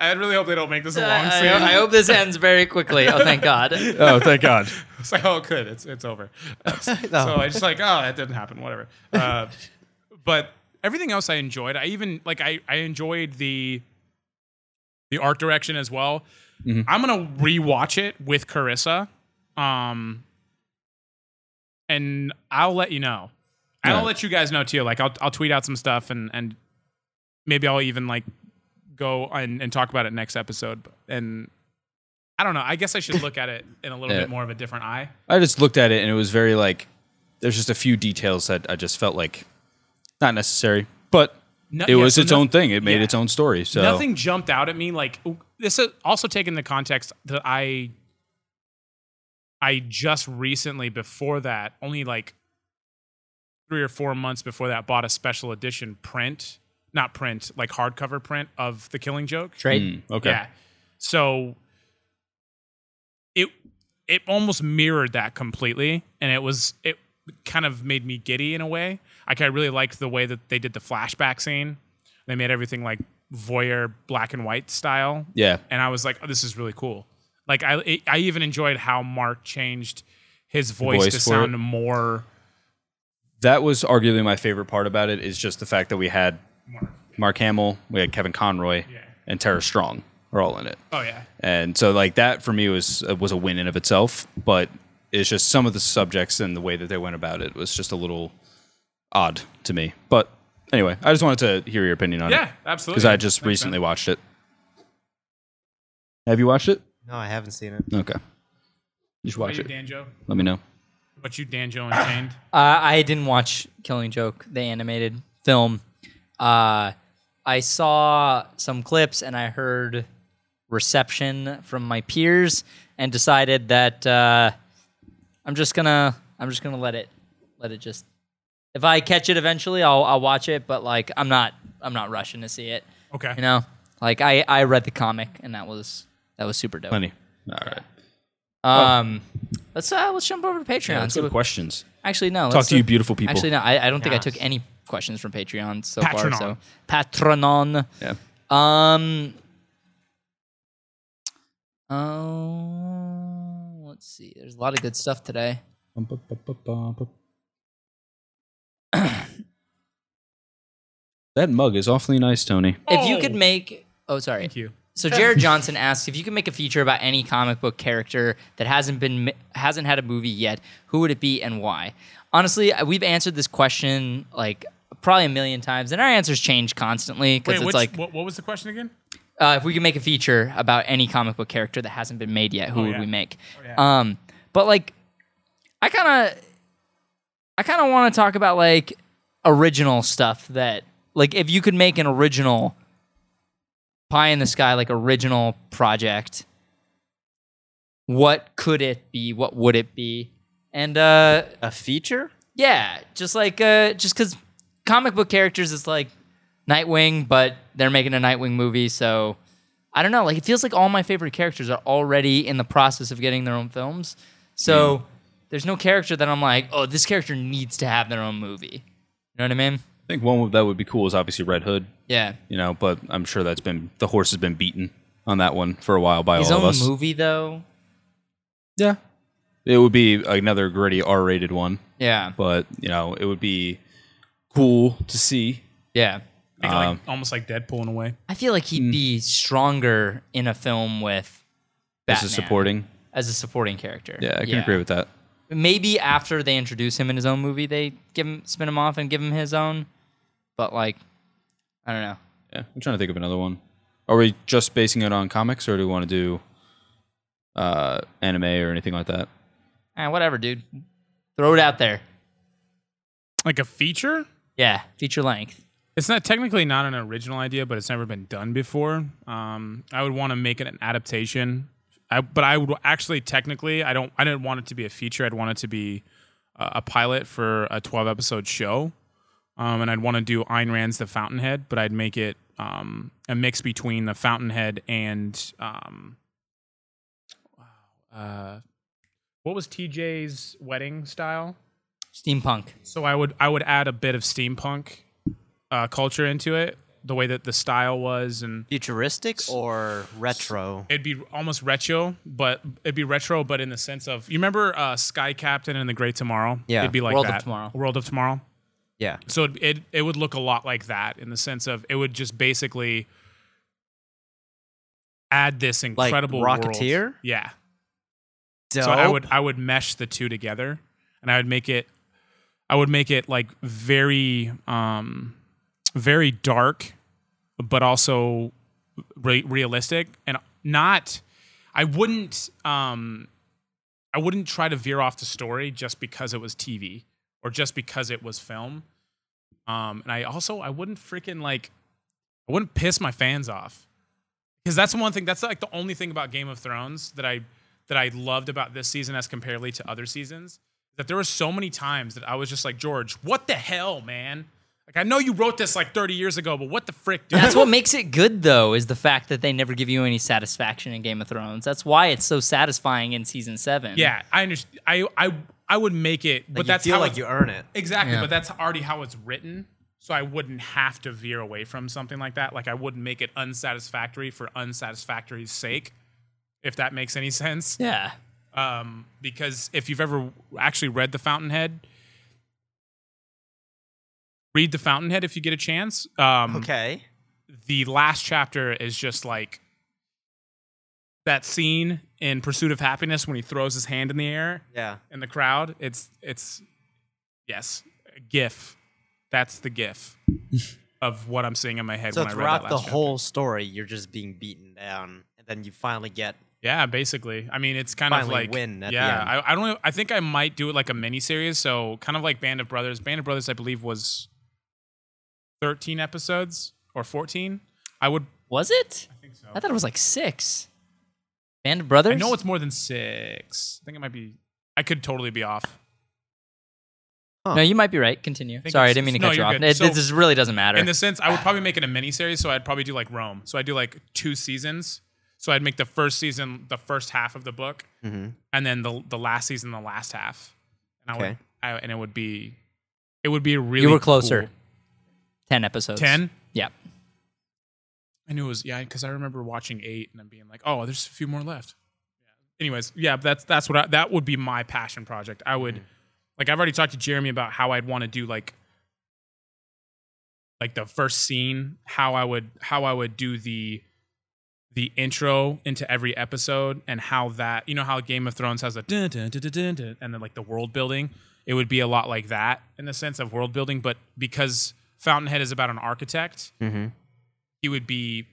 Speaker 2: I really hope they don't make this a
Speaker 1: Uh, I,
Speaker 2: long
Speaker 1: I-
Speaker 2: scene.
Speaker 1: I hope this ends very quickly. Oh, thank God.
Speaker 4: oh, thank God.
Speaker 2: It's like, oh, good, it's it's over. So I just like, oh, that didn't happen, whatever. Uh, but everything else I enjoyed. I even like I I enjoyed the the art direction as well.
Speaker 4: Mm-hmm.
Speaker 2: I'm gonna rewatch it with Carissa, um, and I'll let you know. And I'll
Speaker 4: Yeah.
Speaker 2: let you guys know too. Like I'll I'll tweet out some stuff and and maybe I'll even like go and, and talk about it next episode. And I don't know. I guess I should look at it in a little
Speaker 4: Yeah.
Speaker 2: bit more of a different eye.
Speaker 4: I just looked at it and it was very like, there's just a few details that I just felt like not necessary, but
Speaker 2: No- yeah,
Speaker 4: it was
Speaker 2: so
Speaker 4: its
Speaker 2: no-
Speaker 4: own thing. It made
Speaker 2: yeah.
Speaker 4: its own story. So
Speaker 2: Nothing jumped out at me. Like ooh, this is also taking the context that I I just recently before that, only like three or four months before that, bought a special edition print, not print, like hardcover print of The Killing Joke.
Speaker 1: Trade.
Speaker 4: Mm, okay.
Speaker 2: Yeah. So it it almost mirrored that completely, and it was it kind of made me giddy in a way. Like I really liked the way that they did the flashback scene. They made everything like voyeur black and white style.
Speaker 4: Yeah.
Speaker 2: And I was like, oh, this is really cool. Like I it, I even enjoyed how Mark changed his voice,
Speaker 4: voice
Speaker 2: to
Speaker 4: for
Speaker 2: sound
Speaker 4: it.
Speaker 2: more
Speaker 4: That was arguably my favorite part about it is just the fact that we had Mark Hamill, we had Kevin Conroy, and Tara Strong are all in it.
Speaker 2: Oh yeah.
Speaker 4: And so like that for me was uh, was a win in of itself, but it's just some of the subjects and the way that they went about it was just a little odd to me. But anyway, I just wanted to hear your opinion on it.
Speaker 2: Yeah, absolutely.
Speaker 4: because I just
Speaker 2: Thanks, man.
Speaker 4: recently watched it. Have you watched it?
Speaker 3: No, I haven't seen it.
Speaker 4: Okay. You should
Speaker 2: What
Speaker 4: watch
Speaker 2: you
Speaker 4: it.
Speaker 2: Danjo?
Speaker 4: Let me know.
Speaker 2: What you Danjo and
Speaker 1: Uh, I didn't watch Killing Joke, the animated film. Uh, I saw some clips and I heard reception from my peers and decided that uh, I'm just gonna I'm just gonna let it let it just. If I catch it eventually, I'll I'll watch it. But like I'm not I'm not rushing to see it.
Speaker 2: Okay.
Speaker 1: You know, like I I read the comic and that was that was super dope.
Speaker 4: Plenty. All right.
Speaker 1: Um, let's uh let's jump over to Patreon.
Speaker 4: Yeah, let's
Speaker 1: see
Speaker 4: go to
Speaker 1: what-
Speaker 4: questions.
Speaker 1: Actually, no.
Speaker 4: Talk to you beautiful people.
Speaker 1: Actually, no. I, I don't think I
Speaker 3: Yes.
Speaker 1: took any questions from Patreon so far.
Speaker 2: Patronon.
Speaker 1: So Patronon.
Speaker 4: Yeah.
Speaker 1: Um. Oh, let's see. There's a lot of good stuff today.
Speaker 4: Bum, bum, bum, bum, bum, bum. that mug is awfully nice, Tony.
Speaker 1: If you could make, oh sorry,
Speaker 2: Thank you.
Speaker 1: So Jared Johnson asks if you could make a feature about any comic book character that hasn't been hasn't had a movie yet, who would it be and why? Honestly, I- we've answered this question like probably a million times, and our answers change constantly because
Speaker 2: Wait,
Speaker 1: it's
Speaker 2: which,
Speaker 1: like
Speaker 2: what, what was the question again?
Speaker 1: uh, if we could make a feature about any comic book character that hasn't been made yet, who would
Speaker 2: Oh, yeah.
Speaker 1: we make?
Speaker 2: yeah.
Speaker 1: Um, but like, I kind of, I kind of want to talk about like original stuff that like if you could make an original pie in the sky like original project what could it be what would it be and uh
Speaker 3: A feature?
Speaker 1: yeah, just like uh, just because comic book characters is like Nightwing, but they're making a Nightwing movie, so I don't know. Like it feels like all my favorite characters are already in the process of getting their own films, so there's no character that I'm like, oh, this character needs to have their own movie. You know what I mean?
Speaker 4: I think one that would be cool is obviously Red Hood,
Speaker 1: Yeah.
Speaker 4: you know, but I'm sure that's been the horse has been beaten on that one for a while by
Speaker 1: His
Speaker 4: all
Speaker 1: own
Speaker 4: of us.
Speaker 1: movie though.
Speaker 4: Yeah. It would be another gritty R rated one,
Speaker 1: Yeah.
Speaker 4: but you know, it would be cool to see.
Speaker 1: Yeah.
Speaker 2: Make it like- almost like Deadpool in a way.
Speaker 1: I feel like
Speaker 4: Hmm.
Speaker 1: he'd be stronger in a film with
Speaker 4: This
Speaker 1: Batman
Speaker 4: is supporting.
Speaker 1: as a supporting character.
Speaker 4: Yeah, I can agree with that.
Speaker 1: maybe after they introduce him in his own movie, they give him spin him off and give him his own. But like, I don't know.
Speaker 4: Yeah. I'm trying to think of another one. Are we just basing it on comics or do we want to do uh anime or anything like that?
Speaker 1: Eh, whatever, dude. Throw it out there.
Speaker 2: Like a feature?
Speaker 1: Yeah, feature length.
Speaker 2: It's not technically not an original idea, but it's never been done before. Um, I would want to make it an adaptation, I, but I would actually technically I don't I didn't want it to be a feature. I'd want it to be uh, a pilot for a twelve episode show, um, and I'd want to do Ayn Rand's The Fountainhead, but I'd make it um, a mix between The Fountainhead and um, wow, uh, what was TJ's wedding style?
Speaker 1: Steampunk.
Speaker 2: So I would I would add a bit of steampunk uh, culture into it, the way that the style was, and
Speaker 3: Futuristic or retro?
Speaker 2: it'd be almost retro, but it'd be retro, but in the sense of you remember uh, Sky Captain and the Great Tomorrow?
Speaker 3: Yeah.
Speaker 2: it'd be like
Speaker 1: World of
Speaker 2: that.
Speaker 1: Tomorrow.
Speaker 2: World of Tomorrow.
Speaker 3: Yeah.
Speaker 2: So it, it it would look a lot like that in the sense of it would just basically add this incredible world.
Speaker 3: Rocketeer?
Speaker 2: Yeah.
Speaker 3: Dope.
Speaker 2: So I would I would mesh the two together, and I would make it, I would make it like very, um, very dark, but also re- realistic and not. I wouldn't, um, I wouldn't try to veer off the story just because it was TV or just because it was film. Um, and I also I wouldn't freaking like, I wouldn't piss my fans off because that's one thing. That's like the only thing about Game of Thrones that I that I loved about this season as compared to other seasons. That there were so many times that I was just like, George, what the hell, man? Like I know you wrote this like 30 years ago, but what the frick, dude?
Speaker 1: That's what makes it good though, is the fact that they never give you any satisfaction in Game of Thrones. That's why it's so satisfying in season seven.
Speaker 2: yeah, I understand. I I I would make it, but
Speaker 3: you
Speaker 2: that's
Speaker 3: feel
Speaker 2: how
Speaker 3: like
Speaker 2: it's-
Speaker 3: you earn it.
Speaker 2: Exactly,
Speaker 1: Yeah.
Speaker 2: but that's already how it's written. So I wouldn't have to veer away from something like that. Like I wouldn't make it unsatisfactory for unsatisfactory's sake, if that makes any sense.
Speaker 1: Yeah.
Speaker 2: Um, because if you've ever actually read The Fountainhead, read The Fountainhead if you get a chance. Um,
Speaker 3: Okay.
Speaker 2: the last chapter is just like that scene in Pursuit of Happiness when he throws his hand in the air
Speaker 3: Yeah.
Speaker 2: in the crowd. It's it's yes, a GIF. That's the GIF of what I'm seeing in my head
Speaker 3: So
Speaker 2: when I read that
Speaker 3: throughout
Speaker 2: last
Speaker 3: the
Speaker 2: chapter.
Speaker 3: whole story, you're just being beaten down, and then you finally get
Speaker 2: Yeah, basically. I mean, it's kind
Speaker 3: Finally
Speaker 2: of like
Speaker 3: win at the
Speaker 2: yeah.
Speaker 3: end.
Speaker 2: I, I don't. know- I think I might do it like a mini series. So kind of like Band of Brothers. Band of Brothers, I believe, was thirteen episodes or fourteen. I would.
Speaker 1: Was it?
Speaker 2: I think so.
Speaker 1: I thought it was like six. Band of Brothers?
Speaker 2: I know it's more than six. I think it might be. I could totally be off.
Speaker 1: No, you might be right. Continue.
Speaker 2: think
Speaker 1: Sorry, I
Speaker 2: it's-
Speaker 1: didn't mean to
Speaker 2: no,
Speaker 1: cut you
Speaker 2: you're
Speaker 1: off.
Speaker 2: good.
Speaker 1: It,
Speaker 2: So-
Speaker 1: this really doesn't matter.
Speaker 2: In the sense, I would probably make it a mini series. So I'd probably do like Rome. So I do like two seasons. So I'd make the first season the first half of the book,
Speaker 3: Mm-hmm.
Speaker 2: and then the the last season the last half. And I would.
Speaker 3: Okay.
Speaker 2: I, and it would be. It would be a really.
Speaker 1: you were closer.
Speaker 2: cool-
Speaker 1: Ten episodes.
Speaker 2: Ten.
Speaker 1: Yeah.
Speaker 2: I knew it was yeah, because I remember watching eight and then being like, oh, there's a few more left. anyways, yeah, that's that's what I, that would be my passion project. I would like I've already talked to Jeremy about how I'd want to do like like the first scene, how I would how I would do the the intro into every episode and how that you know how Game of Thrones has a dun, dun, dun, dun, dun, dun, and then like the world building it would be a lot like that in the sense of world building but because Fountainhead is about an architect
Speaker 3: Mm-hmm.
Speaker 2: he would be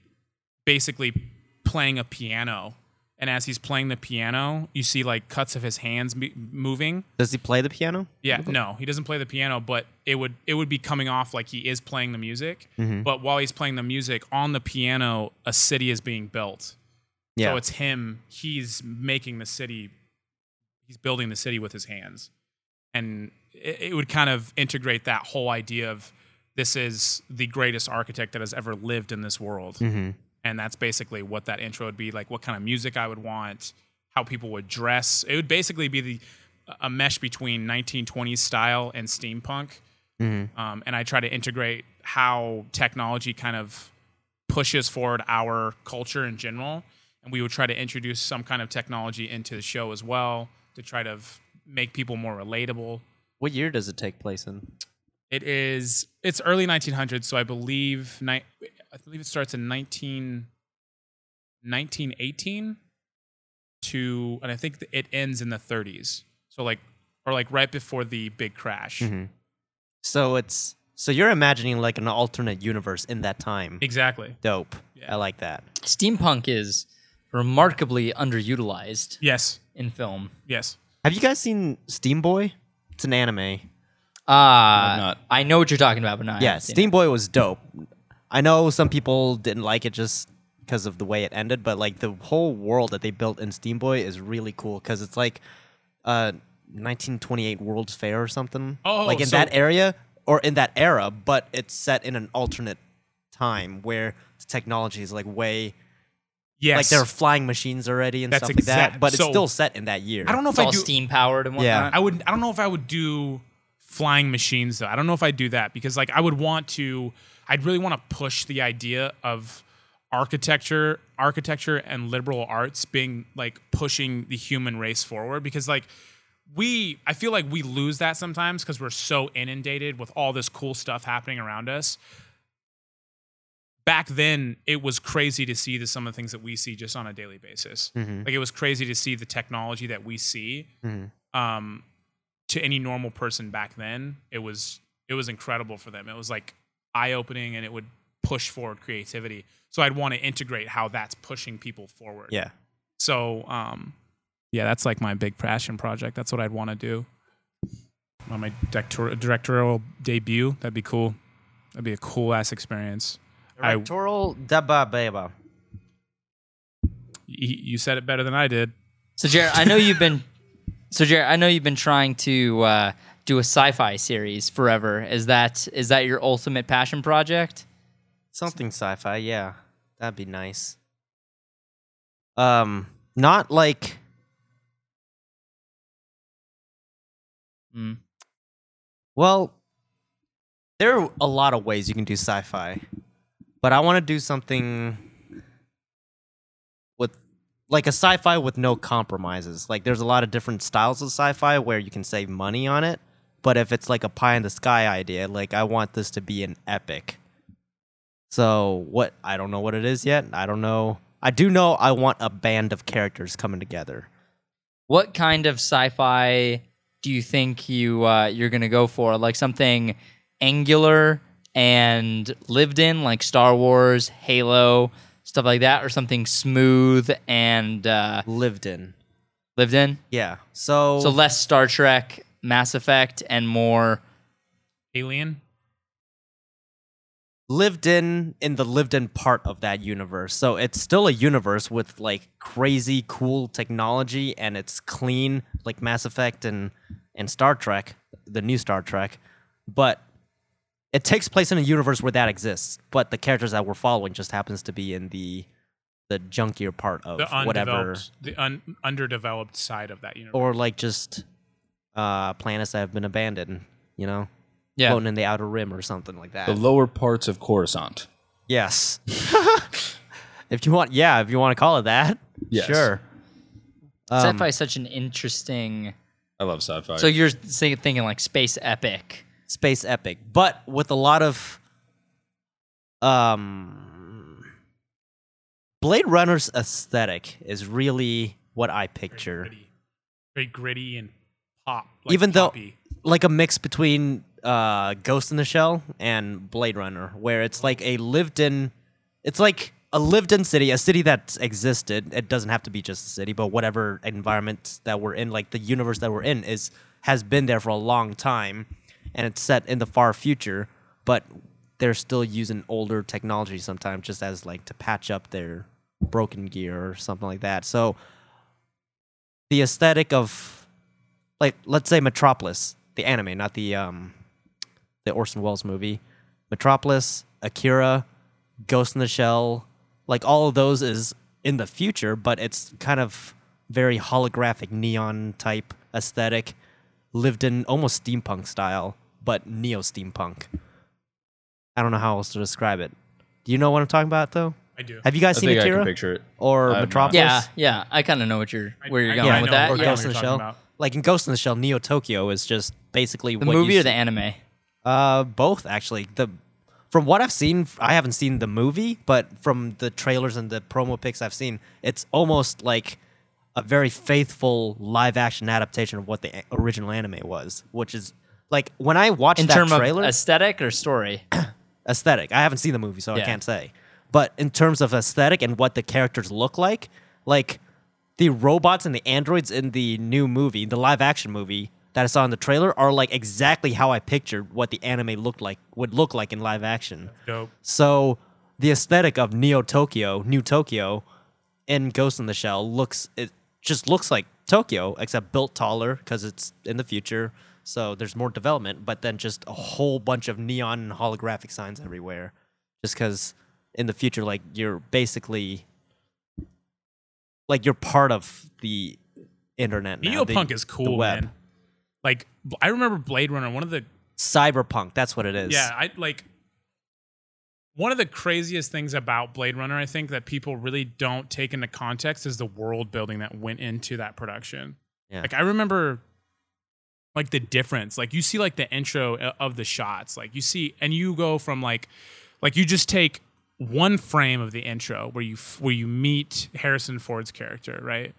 Speaker 2: basically playing a piano and as he's playing the piano you see like cuts of his hands m- moving
Speaker 3: Does he play the piano?
Speaker 2: yeah, no, he doesn't play the piano, but it would it would be coming off like he is playing the music. But while he's playing the music on the piano, a city is being built.
Speaker 3: Yeah.
Speaker 2: So it's him. He's making the city. He's building the city with his hands, and it, it would kind of integrate that whole idea of this is the greatest architect that has ever lived in this world,
Speaker 3: Mm-hmm.
Speaker 2: and that's basically what that intro would be like. What kind of music I would want, how people would dress. It would basically be the a mesh between 1920s style and steampunk, um, and I try to integrate how technology kind of pushes forward our culture in general. And we would try to introduce some kind of technology into the show as well to try to f- make people more relatable.
Speaker 3: what year does it take place in?
Speaker 2: It is it's early 1900s, so I believe ni- I believe it starts in 19 1918 to and I think th- it ends in the 30s. So like or like right before the big crash.
Speaker 3: So it's so you're imagining like an alternate universe in that time.
Speaker 2: Exactly.
Speaker 3: Dope.
Speaker 2: Yeah.
Speaker 3: I like that.
Speaker 1: Steampunk is remarkably underutilized
Speaker 2: Yes.
Speaker 1: in film.
Speaker 2: Yes.
Speaker 3: Have you guys seen Steam Boy? It's an anime.
Speaker 1: Uh, i
Speaker 4: not.
Speaker 1: know what you're talking about, but not.
Speaker 3: Yeah, Steam Boy was dope. I know some people didn't like it just because of the way it ended, but like the whole world that they built in Steam Boy is really cool because it's like uh 1928 World's Fair or something.
Speaker 2: Oh,
Speaker 3: like in
Speaker 2: so-
Speaker 3: that area or in that era, but it's set in an alternate time where the technology is like way
Speaker 2: Yes.
Speaker 3: like there are flying machines already and
Speaker 2: That's
Speaker 3: stuff like
Speaker 2: exact-
Speaker 3: that, but
Speaker 2: so-
Speaker 3: it's still set in that year.
Speaker 2: I don't know
Speaker 1: It's
Speaker 2: if I
Speaker 1: all
Speaker 2: do
Speaker 1: steam powered and
Speaker 3: Yeah.
Speaker 1: whatnot.
Speaker 2: I would. I don't know if I would do flying machines though. I don't know if I'd do that because like I would want to. I'd really want to push the idea of architecture, architecture, and liberal arts being like pushing the human race forward because like we i feel like we lose that sometimes because we're so inundated with all this cool stuff happening around us back then it was crazy to see the some of the things that we see just on a daily basis like it was crazy to see the technology that we see um, to any normal person back then it was it was incredible for them it was like eye-opening and it would push forward creativity so i'd want to integrate how that's pushing people forward
Speaker 3: Yeah.
Speaker 2: so, um, yeah, that's like my big passion project. That's what I'd want to do. On my director- directorial debut, that'd be cool. That'd be a cool ass experience. I, y-
Speaker 3: Toral Dababeba.
Speaker 2: you said it better than I did.
Speaker 1: So Jared, I know you've been So Jared, I know you've been trying to uh, do a sci-fi series forever. Is that is that your ultimate passion project?
Speaker 3: Something sci-fi, yeah. That'd be nice. Um, not like
Speaker 1: Mm.
Speaker 3: well, there are a lot of ways you can do sci-fi, but I want to do something with like a sci-fi with no compromises. Like there's a lot of different styles of sci-fi where you can save money on it, but if it's like a pie in the sky idea, like I want this to be an epic. So what? I don't know what it is yet. I don't know. I do know I want a band of characters coming together.
Speaker 1: What kind of sci-fi do you think you uh, you're gonna go for? Like something angular and lived in, like Star Wars, Halo, stuff like that, or something smooth and uh,
Speaker 3: Lived in.
Speaker 1: lived in.
Speaker 3: Yeah. So,
Speaker 1: So less Star Trek, Mass Effect, and more.
Speaker 2: Alien?
Speaker 3: lived in in the lived in part of that universe. So it's still a universe with like crazy cool technology and it's clean like Mass Effect and and Star Trek, the new Star Trek, but it takes place in a universe where that exists, but the characters that we're following just happens to be in the the junkier part of
Speaker 2: The undeveloped,
Speaker 3: whatever
Speaker 2: the un- underdeveloped side of that universe.
Speaker 3: or like just uh planets that have been abandoned, you know?
Speaker 1: Yeah.
Speaker 3: Floating in the outer rim or something like that.
Speaker 4: The lower parts of Coruscant.
Speaker 3: yes. if you want yeah, if you want to call it that.
Speaker 4: Yes.
Speaker 3: Sure.
Speaker 1: Sci-fi is such an interesting.
Speaker 4: I love sci-fi.
Speaker 1: So you're thi- thinking like space epic.
Speaker 3: space epic, but with a lot of um Blade Runner's aesthetic is really what I picture.
Speaker 2: Gritty. Very gritty and pop. Like
Speaker 3: Even though
Speaker 2: poppy.
Speaker 3: like a mix between uh Ghost in the Shell and Blade Runner where it's like a lived in it's like a lived in city, a city that's existed. It doesn't have to be just a city, but whatever environment that we're in, like the universe that we're in is has been there for a long time and it's set in the far future, but they're still using older technology sometimes just as like to patch up their broken gear or something like that. So the aesthetic of like let's say Metropolis, the anime, not the um the Orson Welles movie. Metropolis, Akira, Ghost in the Shell, like all of those is in the future, but it's kind of very holographic neon type aesthetic, lived in almost steampunk style, but neo steampunk. I don't know how else to describe it. Do you know what I'm talking about though?
Speaker 2: I do.
Speaker 3: Have you guys
Speaker 4: I
Speaker 3: seen
Speaker 4: think I
Speaker 3: Akira
Speaker 4: can picture it.
Speaker 3: or
Speaker 4: I'm not.
Speaker 3: Metropolis?
Speaker 1: Yeah, yeah. I kind of know what you're where you're
Speaker 2: I-
Speaker 1: going
Speaker 2: yeah, Oh, I
Speaker 1: with
Speaker 2: know
Speaker 1: that.
Speaker 2: where
Speaker 3: or
Speaker 1: Yeah.
Speaker 2: you're
Speaker 3: Ghost in the
Speaker 2: talking
Speaker 3: Shell.
Speaker 2: about.
Speaker 3: Like in Ghost in the Shell, Neo Tokyo is just basically
Speaker 1: The
Speaker 3: what
Speaker 1: movie
Speaker 3: you
Speaker 1: or the anime?
Speaker 3: uh both actually the from what I've seen I haven't seen the movie but from the trailers and the promo pics I've seen it's almost like a very faithful live action adaptation of what the a- original anime was which is like when I watched
Speaker 1: In
Speaker 3: that
Speaker 1: terms of
Speaker 3: trailer
Speaker 1: aesthetic or story?
Speaker 3: aesthetic. I haven't seen the movie, so I
Speaker 1: Yeah.
Speaker 3: can't say. But in terms of aesthetic and what the characters look like, like the robots and the androids in the new movie, the live action movie that I saw in the trailer, are like exactly how I pictured what the anime looked like would look like in live action.
Speaker 2: Dope.
Speaker 3: So the aesthetic of Neo Tokyo, New Tokyo, in Ghost in the Shell looks it just looks like Tokyo except built taller because it's in the future. So there's more development, but then just a whole bunch of neon and holographic signs everywhere, just because in the future, like you're basically like you're part of the internet. Now, the-
Speaker 2: Neopunk is
Speaker 3: the
Speaker 2: cool,
Speaker 3: web.
Speaker 2: man. Like bl- I remember Blade Runner. One of the
Speaker 3: Cyberpunk, that's what it is.
Speaker 2: yeah, I like one of the craziest things about Blade Runner. I think that people really don't take into context is the world building that went into that production.
Speaker 3: Yeah.
Speaker 2: Like I remember like the difference. Like you see like the intro uh, of the shots. Like you see and you go from like like you just take one frame of the intro where you f- where you meet Harrison Ford's character, right?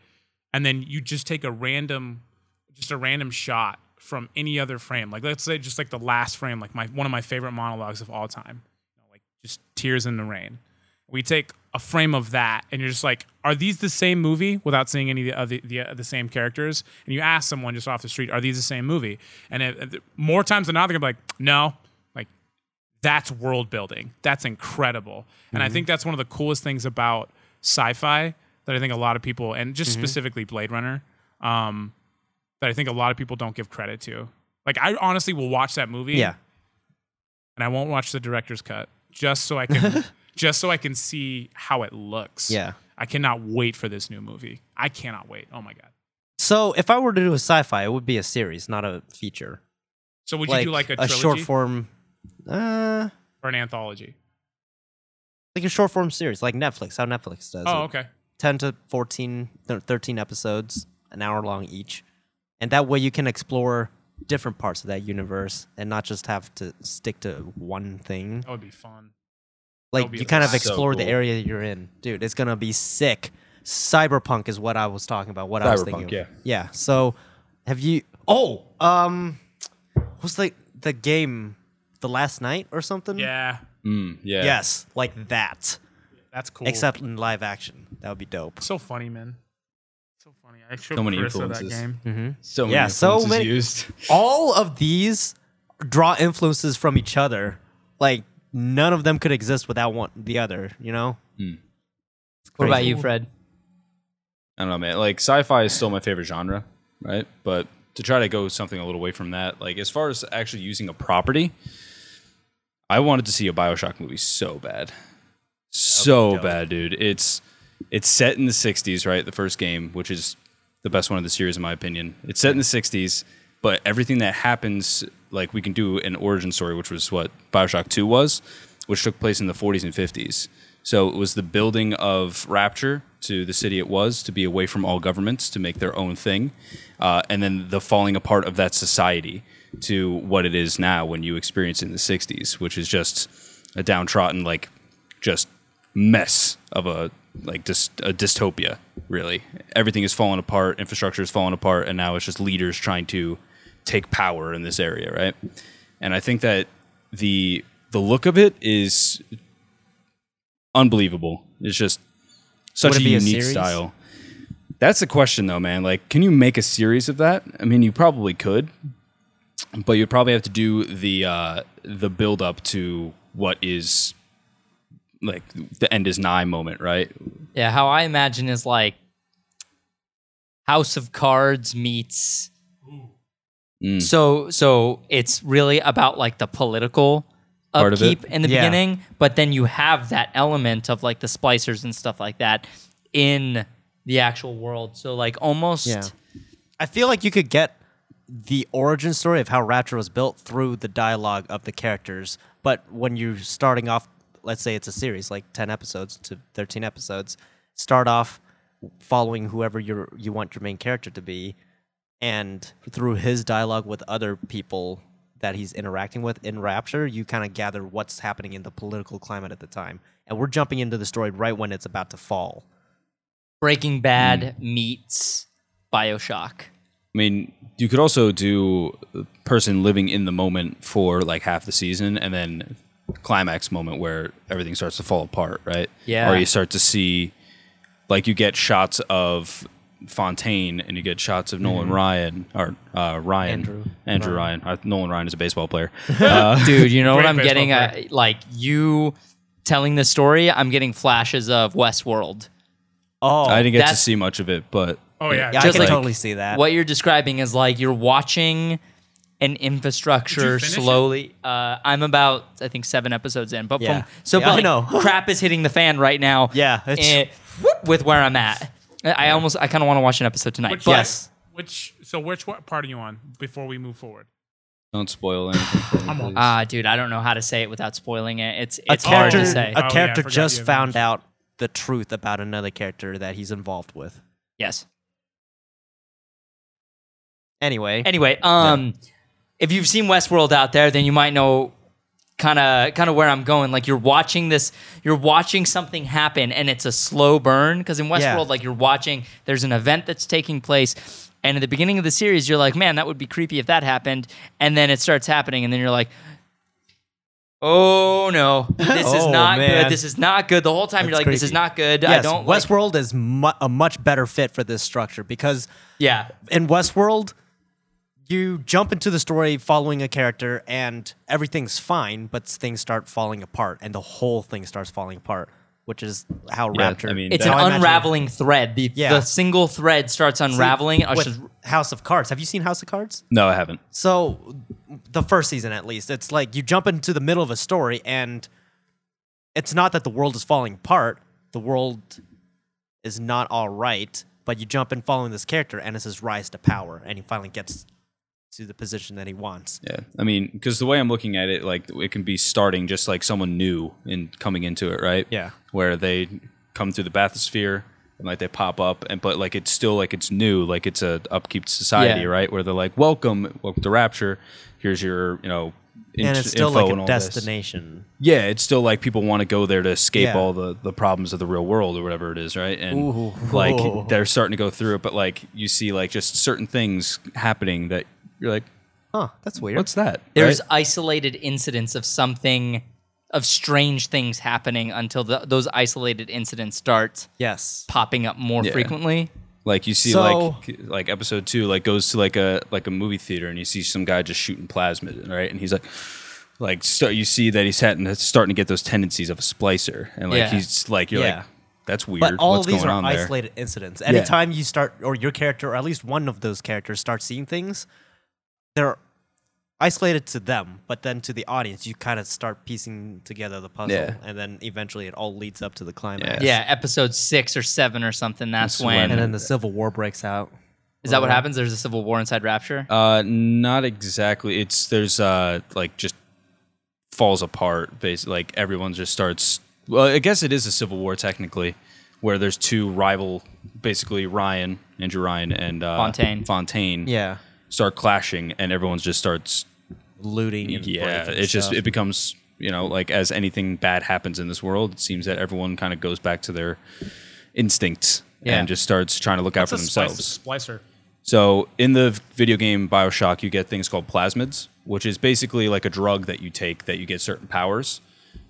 Speaker 2: And then you just take a random just a random shot from any other frame. Like let's say just like the last frame, like my one of my favorite monologues of all time. You know, like just tears in the rain. We take a frame of that, and you're just like, "Are these the same movie?" Without seeing any of the the, uh, the, the same characters, and you ask someone just off the street, "Are these the same movie?" And it, it- more times than not, they're gonna be like, "No." Like that's world building. That's incredible. And I think that's one of the coolest things about sci-fi that I think a lot of people, and just specifically Blade Runner, um, that I think a lot of people don't give credit to. Like I honestly will watch that movie,
Speaker 3: yeah.
Speaker 2: and I won't watch the director's cut just so I can just so I can see how it looks.
Speaker 3: Yeah.
Speaker 2: I cannot wait for this new movie. I cannot wait. Oh my god.
Speaker 3: So if I were to do a sci-fi, it would be a series, not a feature.
Speaker 2: So would you do like a,
Speaker 3: a
Speaker 2: trilogy
Speaker 3: short form, uh,
Speaker 2: or an anthology?
Speaker 3: like a short form series, like Netflix, how Netflix does
Speaker 2: Oh,
Speaker 3: it.
Speaker 2: okay.
Speaker 3: 10 to 14, th- 13 episodes, an hour long each. And that way you can explore different parts of that universe and not just have to stick to one thing.
Speaker 2: That would be fun.
Speaker 3: Like
Speaker 2: be
Speaker 3: you kind of
Speaker 4: so
Speaker 3: explore the
Speaker 4: cool.
Speaker 3: area you're in. Dude, it's going to be sick. Cyberpunk is what I was talking about, what I was thinking.
Speaker 4: Cyberpunk, yeah.
Speaker 3: of. Yeah. So, have you Oh, um what's the the game The Last Night or something?
Speaker 2: Yeah,
Speaker 4: Mm, yeah.
Speaker 3: Yes, like that.
Speaker 2: that's cool.
Speaker 3: Except in live action. That would be dope.
Speaker 2: so funny, man. So funny. I showed
Speaker 4: So many
Speaker 2: Carissa that
Speaker 4: influences.
Speaker 2: game.
Speaker 3: Mm-hmm.
Speaker 4: So many
Speaker 3: Yeah, so
Speaker 4: influences
Speaker 3: many-
Speaker 4: used.
Speaker 3: all of these draw influences from each other. Like none of them could exist without one the other. You know.
Speaker 4: Hmm.
Speaker 1: What about
Speaker 3: Crazy.
Speaker 1: you, Fred?
Speaker 4: I don't know, man. Like sci-fi is still my favorite genre, right? But to try to go something a little away from that, like as far as actually using a property, I wanted to see a BioShock movie so bad, so bad, dude. It's it's set in the '60s, right? The first game, which is the best one of the series, in my opinion. It's set in the '60s, but everything that happens, like we can do an origin story, which was what BioShock Two was, which took place in the 40s and 50s. So it was the building of Rapture to the city it was to be away from all governments to make their own thing, uh, and then the falling apart of that society to what it is now when you experience it in the '60s, which is just a downtrodden like just mess of a like just a dystopia really everything is falling apart infrastructure is falling apart and now it's just leaders trying to take power in this area right and i think that the the look of it is unbelievable it's just such
Speaker 3: Would
Speaker 4: a
Speaker 3: it be a
Speaker 4: unique
Speaker 3: series?
Speaker 4: style that's the question though man like can you make a series of that i mean you probably could but you'd probably have to do the uh the build up to what is like the end is nigh moment, right?
Speaker 1: Yeah, how I imagine is like House of Cards meets.
Speaker 4: Mm.
Speaker 1: So so it's really about like the political
Speaker 4: Part of it?
Speaker 1: upkeep in the
Speaker 3: Yeah.
Speaker 1: beginning, but then you have that element of like the splicers and stuff like that in the actual world. So like almost
Speaker 3: Yeah. I feel like you could get the origin story of how Rapture was built through the dialogue of the characters, but when you're starting off, let's say it's a series, like 10 episodes to 13 episodes, start off following whoever you you want your main character to be and through his dialogue with other people that he's interacting with in Rapture, you kind of gather what's happening in the political climate at the time. And we're jumping into the story right when it's about to fall.
Speaker 1: Breaking Bad
Speaker 4: Mm.
Speaker 1: meets Bioshock.
Speaker 4: I mean, you could also do a person living in the moment for like half the season and then climax moment where everything starts to fall apart, right?
Speaker 1: Yeah.
Speaker 4: Or you start to see like you get shots of Fontaine and you get shots of Nolan Ryan or uh, Ryan
Speaker 3: Andrew.
Speaker 4: Andrew Ryan. Uh, Nolan Ryan is a baseball player.
Speaker 1: Dude, you know what
Speaker 2: Great
Speaker 1: I'm getting?
Speaker 2: baseball
Speaker 1: I, like you telling the story, I'm getting flashes of Westworld.
Speaker 3: Oh,
Speaker 4: I didn't get to
Speaker 1: That's-
Speaker 4: see much of it, but
Speaker 2: Oh yeah,
Speaker 3: yeah, I
Speaker 1: just
Speaker 3: can
Speaker 1: like-
Speaker 3: totally see that.
Speaker 1: what you're describing is like you're watching an infrastructure
Speaker 2: finish it?
Speaker 1: slowly. Uh, I'm about I think seven episodes in, but
Speaker 3: Yeah.
Speaker 1: from, so
Speaker 3: Yeah,
Speaker 1: but
Speaker 3: I
Speaker 1: like,
Speaker 3: know.
Speaker 1: crap is hitting the fan right now.
Speaker 3: Yeah, it's-
Speaker 1: eh, whoop, with where I'm at, I- I almost I kind of want to watch an episode tonight.
Speaker 2: Which,
Speaker 1: but
Speaker 3: Yes.
Speaker 2: Which so which what part are you on before we move forward?
Speaker 4: don't spoil anything. for me, please.
Speaker 1: ah, dude, I don't know how to say it without spoiling it. It's
Speaker 3: a
Speaker 1: it's hard
Speaker 3: character,
Speaker 1: to say.
Speaker 2: Oh, yeah,
Speaker 3: a
Speaker 2: I
Speaker 3: character
Speaker 2: forgot you
Speaker 3: just
Speaker 2: had
Speaker 3: found
Speaker 2: mentioned.
Speaker 3: out the truth about another character that he's involved with.
Speaker 1: yes.
Speaker 3: Anyway,
Speaker 1: Anyway, um, if you've seen Westworld out there, then you might know kind of kind of where I'm going. Like you're watching this, you're watching something happen, and it's a slow burn. Because in Westworld,
Speaker 3: Yeah.
Speaker 1: like you're watching, there's an event that's taking place, and at the beginning of the series, you're like, man, that would be creepy if that happened, and then it starts happening, and then you're like. Oh no! This is
Speaker 3: Oh,
Speaker 1: not
Speaker 3: man.
Speaker 1: good. This is not good. The whole time you're
Speaker 3: That's
Speaker 1: like, "This is
Speaker 3: creepy.
Speaker 1: not good." I
Speaker 3: yes,
Speaker 1: don't. like-
Speaker 3: Westworld is mu- a much better fit for this structure because
Speaker 1: yeah,
Speaker 3: in Westworld, you jump into the story following a character and everything's fine, but things start falling apart and the whole thing starts falling apart, which is how
Speaker 4: Yeah,
Speaker 3: Rapture.
Speaker 4: I mean,
Speaker 1: it's
Speaker 4: that-
Speaker 1: an
Speaker 3: how I imagine-
Speaker 1: unraveling thread. The,
Speaker 3: Yeah.
Speaker 1: the single thread starts unraveling. I should-
Speaker 3: with House of Cards. Have you seen House of Cards?
Speaker 4: no, I haven't.
Speaker 3: So the first season at least, it's like you jump into the middle of a story and it's not that the world is falling apart, the world is not all right, but you jump in following this character and it's his rise to power and he finally gets to the position that he wants.
Speaker 4: Yeah, I mean, because the way I'm looking at it, like it can be starting just like someone new and coming into it, right?
Speaker 3: Yeah.
Speaker 4: where they come through the bathysphere and like they pop up, and but like it's still like it's new, like it's a upkeep society,
Speaker 1: Yeah.
Speaker 4: right? Where they're like, "Welcome, welcome to Rapture. Here's your, you know." In-
Speaker 3: And it's still
Speaker 4: info
Speaker 3: like
Speaker 4: and
Speaker 3: a
Speaker 4: all this."
Speaker 3: destination.
Speaker 4: Yeah, it's still like people want to go there to escape
Speaker 3: Yeah.
Speaker 4: all the, the problems of the real world or whatever it is, right? And
Speaker 3: Ooh.
Speaker 4: like they're starting to go through it, but like you see like just certain things happening that you're like,
Speaker 3: Huh, that's weird.
Speaker 4: "What's that?"
Speaker 1: there's
Speaker 4: Right?
Speaker 1: isolated incidents of something of strange things happening until the, those isolated incidents start
Speaker 3: yes.
Speaker 1: popping up more
Speaker 4: Yeah.
Speaker 1: frequently
Speaker 4: Like you see,
Speaker 3: So-
Speaker 4: like like episode two, like goes to like a like a movie theater, and you see some guy just shooting plasmid, right? And he's like, like so you see that he's starting starting to get those tendencies of a splicer, and like
Speaker 1: Yeah.
Speaker 4: he's like, you're
Speaker 3: Yeah.
Speaker 4: like, that's weird.
Speaker 3: But all
Speaker 4: What's
Speaker 3: of these
Speaker 4: going
Speaker 3: are
Speaker 4: on there?
Speaker 3: isolated incidents. Anytime you start, or your character, or at least one of those characters, start seeing things, they're isolated to them, but then to the audience, you kind of start piecing together the puzzle,
Speaker 4: Yeah.
Speaker 3: and then eventually it all leads up to the climax.
Speaker 4: Yes.
Speaker 1: yeah episode six or seven or something that's
Speaker 4: That's
Speaker 1: when
Speaker 4: when- Uh-huh.
Speaker 3: And then the civil war breaks out.
Speaker 1: is that what happens there's a civil war inside rapture
Speaker 4: Uh, not exactly. It's there's uh like just falls apart. Basically, like everyone just starts Well, I guess it is a civil war technically, where there's two rival, basically Ryan, Andrew Ryan, and uh,
Speaker 1: Fontaine.
Speaker 4: Fontaine,
Speaker 3: Yeah.
Speaker 4: start clashing, and everyone just starts.
Speaker 3: Looting. And
Speaker 4: Yeah,
Speaker 3: breaking
Speaker 4: it's just
Speaker 3: stuff.
Speaker 4: it becomes you know like as anything bad happens in this world, it seems that everyone kind of goes back to their instincts
Speaker 3: Yeah.
Speaker 4: and just starts trying to look out
Speaker 2: It's
Speaker 4: for
Speaker 2: a
Speaker 4: themselves.
Speaker 2: splicer.
Speaker 4: So in the video game Bioshock, you get things called plasmids, which is basically like a drug that you take that you get certain powers.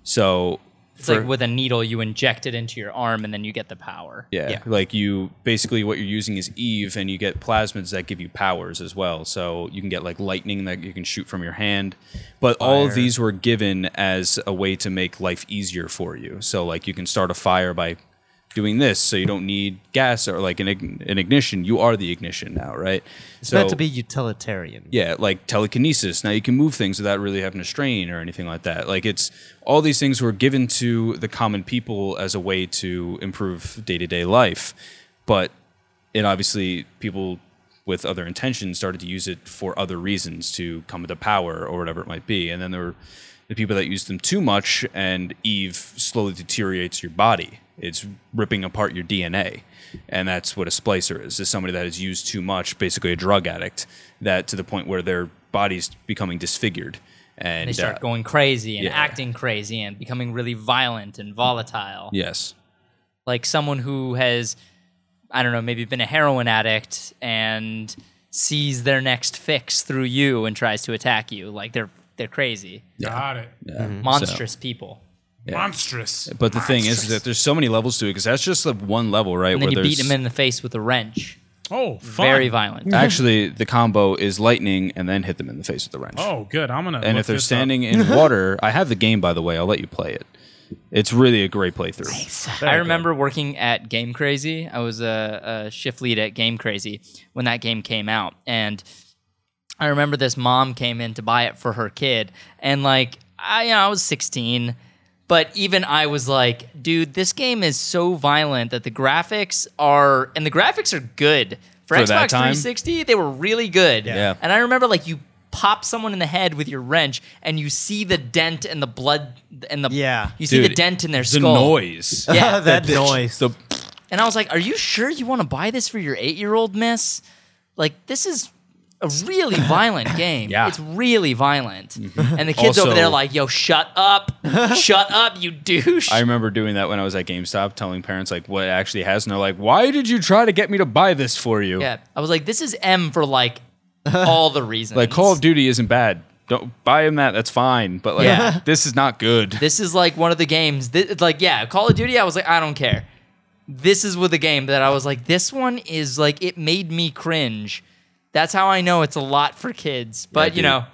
Speaker 4: So
Speaker 1: It's like with a needle you inject it into your arm and then you get the power.
Speaker 4: yeah,
Speaker 3: Yeah.
Speaker 4: like you basically what you're using is Eve, and you get plasmids that give you powers as well. So you can get like lightning that you can shoot from your hand. But all of
Speaker 3: Fire.
Speaker 4: these were given as a way to make life easier for you. So like you can start a fire by doing this, so you don't need gas or like an, ign- an ignition. You are the ignition now, right?
Speaker 3: It's meant to be utilitarian.
Speaker 4: yeah, like telekinesis. Now you can move things without really having to strain or anything like that. Like it's all these things were given to the common people as a way to improve day to day life, but it obviously people with other intentions started to use it for other reasons to come into power or whatever it might be. And then there were the people that used them too much, and Eve slowly deteriorates your body. It's ripping apart your DNA. And that's what a splicer is, is somebody that has used too much, basically a drug addict, that to the point where their body's becoming disfigured. And
Speaker 1: They start
Speaker 4: uh,
Speaker 1: going crazy and
Speaker 4: yeah.
Speaker 1: acting crazy and becoming really violent and volatile.
Speaker 4: Yes.
Speaker 1: Like someone who has, I don't know, maybe been a heroin addict and sees their next fix through you and tries to attack you. Like they're they're crazy.
Speaker 2: Got it.
Speaker 1: Mm-hmm. Monstrous people.
Speaker 2: Monstrous.
Speaker 4: But the thing is that there's so many levels to it because that's just the one level, right?
Speaker 1: And then you
Speaker 4: there's-
Speaker 1: beat him in the face with a wrench.
Speaker 2: oh, fun.
Speaker 1: Very violent.
Speaker 4: Actually, the combo is lightning and then hit them in the face with the wrench.
Speaker 2: Oh, good. I'm gonna.
Speaker 4: and
Speaker 2: look
Speaker 4: if they're
Speaker 2: this up.
Speaker 4: standing in water, I have the game by the way. I'll let you play it. It's really a great playthrough.
Speaker 1: I remember working at Game Crazy. I was a, a shift lead at Game Crazy when that game came out, and I remember this mom came in to buy it for her kid, and like I, you know, I was 16, but even I was like, dude, this game is so violent that the graphics are, and the graphics are good for,
Speaker 4: For that
Speaker 1: Xbox
Speaker 4: time?
Speaker 1: 360. They were really good.
Speaker 4: Yeah.
Speaker 1: And I remember like you pop someone in the head with your wrench, and you see the dent and the blood and the
Speaker 3: Yeah.
Speaker 1: you see the
Speaker 4: Dude,
Speaker 1: dent in their
Speaker 4: The
Speaker 1: skull.
Speaker 4: noise.
Speaker 1: Yeah,
Speaker 3: that noise.
Speaker 4: The
Speaker 1: and I was like, "Are you sure you want to buy this for your eight-year-old, Miss? Like, this is a really violent game.
Speaker 4: Yeah. Mm-hmm.
Speaker 1: it's really violent." And the kids over
Speaker 4: Also-
Speaker 1: there like, "Yo, shut up, shut up, you douche."
Speaker 4: I remember doing that when I was at GameStop, telling parents like what it actually has, and they're like, "Why did you try to get me to buy this for you?"
Speaker 1: yeah, I was like, "This is M for like all the reasons."
Speaker 4: Like Call of Duty isn't bad. Don't buy him that. That's fine. But like,
Speaker 1: Yeah.
Speaker 4: this is not good.
Speaker 1: This is like one of the games. This, like, yeah, Call of Duty. I was like, I don't care. This is with a game that I was like, this one is like, it made me cringe. That's how I know it's a lot for kids. But you
Speaker 4: dude.
Speaker 1: know,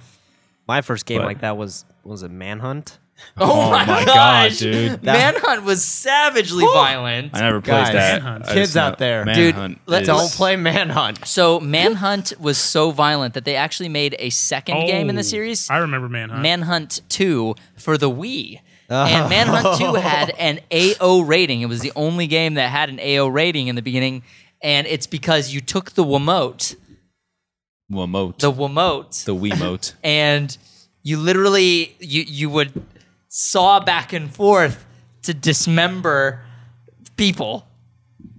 Speaker 3: My first game
Speaker 4: But-
Speaker 3: like that was was a manhunt.
Speaker 1: Oh, my,
Speaker 4: my God,
Speaker 1: gosh,
Speaker 4: dude.
Speaker 3: That-
Speaker 1: Manhunt was savagely violent.
Speaker 4: I never played
Speaker 3: Guys,
Speaker 4: that.
Speaker 2: Manhunt.
Speaker 4: I just
Speaker 3: Kids
Speaker 4: know-
Speaker 3: out there.
Speaker 1: Dude,
Speaker 4: Manhunt
Speaker 1: let-
Speaker 4: is-
Speaker 1: don't play
Speaker 3: manhunt.
Speaker 1: So Manhunt was so violent that they actually made a second game in the
Speaker 2: Oh,
Speaker 1: series,
Speaker 2: I remember Manhunt.
Speaker 1: Manhunt 2, for the Wii. And Manhunt 2 had an AO rating. It was the only game that had an AO rating in the beginning, and it's because you took the Wiimote,
Speaker 4: Wiimote.
Speaker 1: the Wiimote,
Speaker 4: The Wiimote.
Speaker 1: and you literally you you would saw back and forth to dismember people.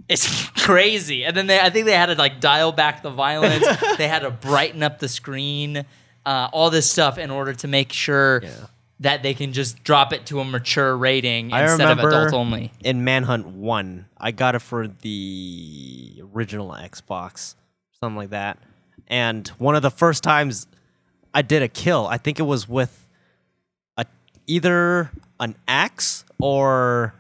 Speaker 1: It's crazy. And then they, I think they had to like dial back the violence. they had to brighten up the screen, uh, all this stuff in order to make sure that they can just drop it to a mature rating
Speaker 3: I
Speaker 1: instead of
Speaker 3: remember
Speaker 1: adult only.
Speaker 3: in Manhunt One. I got it for the original Xbox, something like that. And one of the first times I did a kill, I think it was with a either an axe or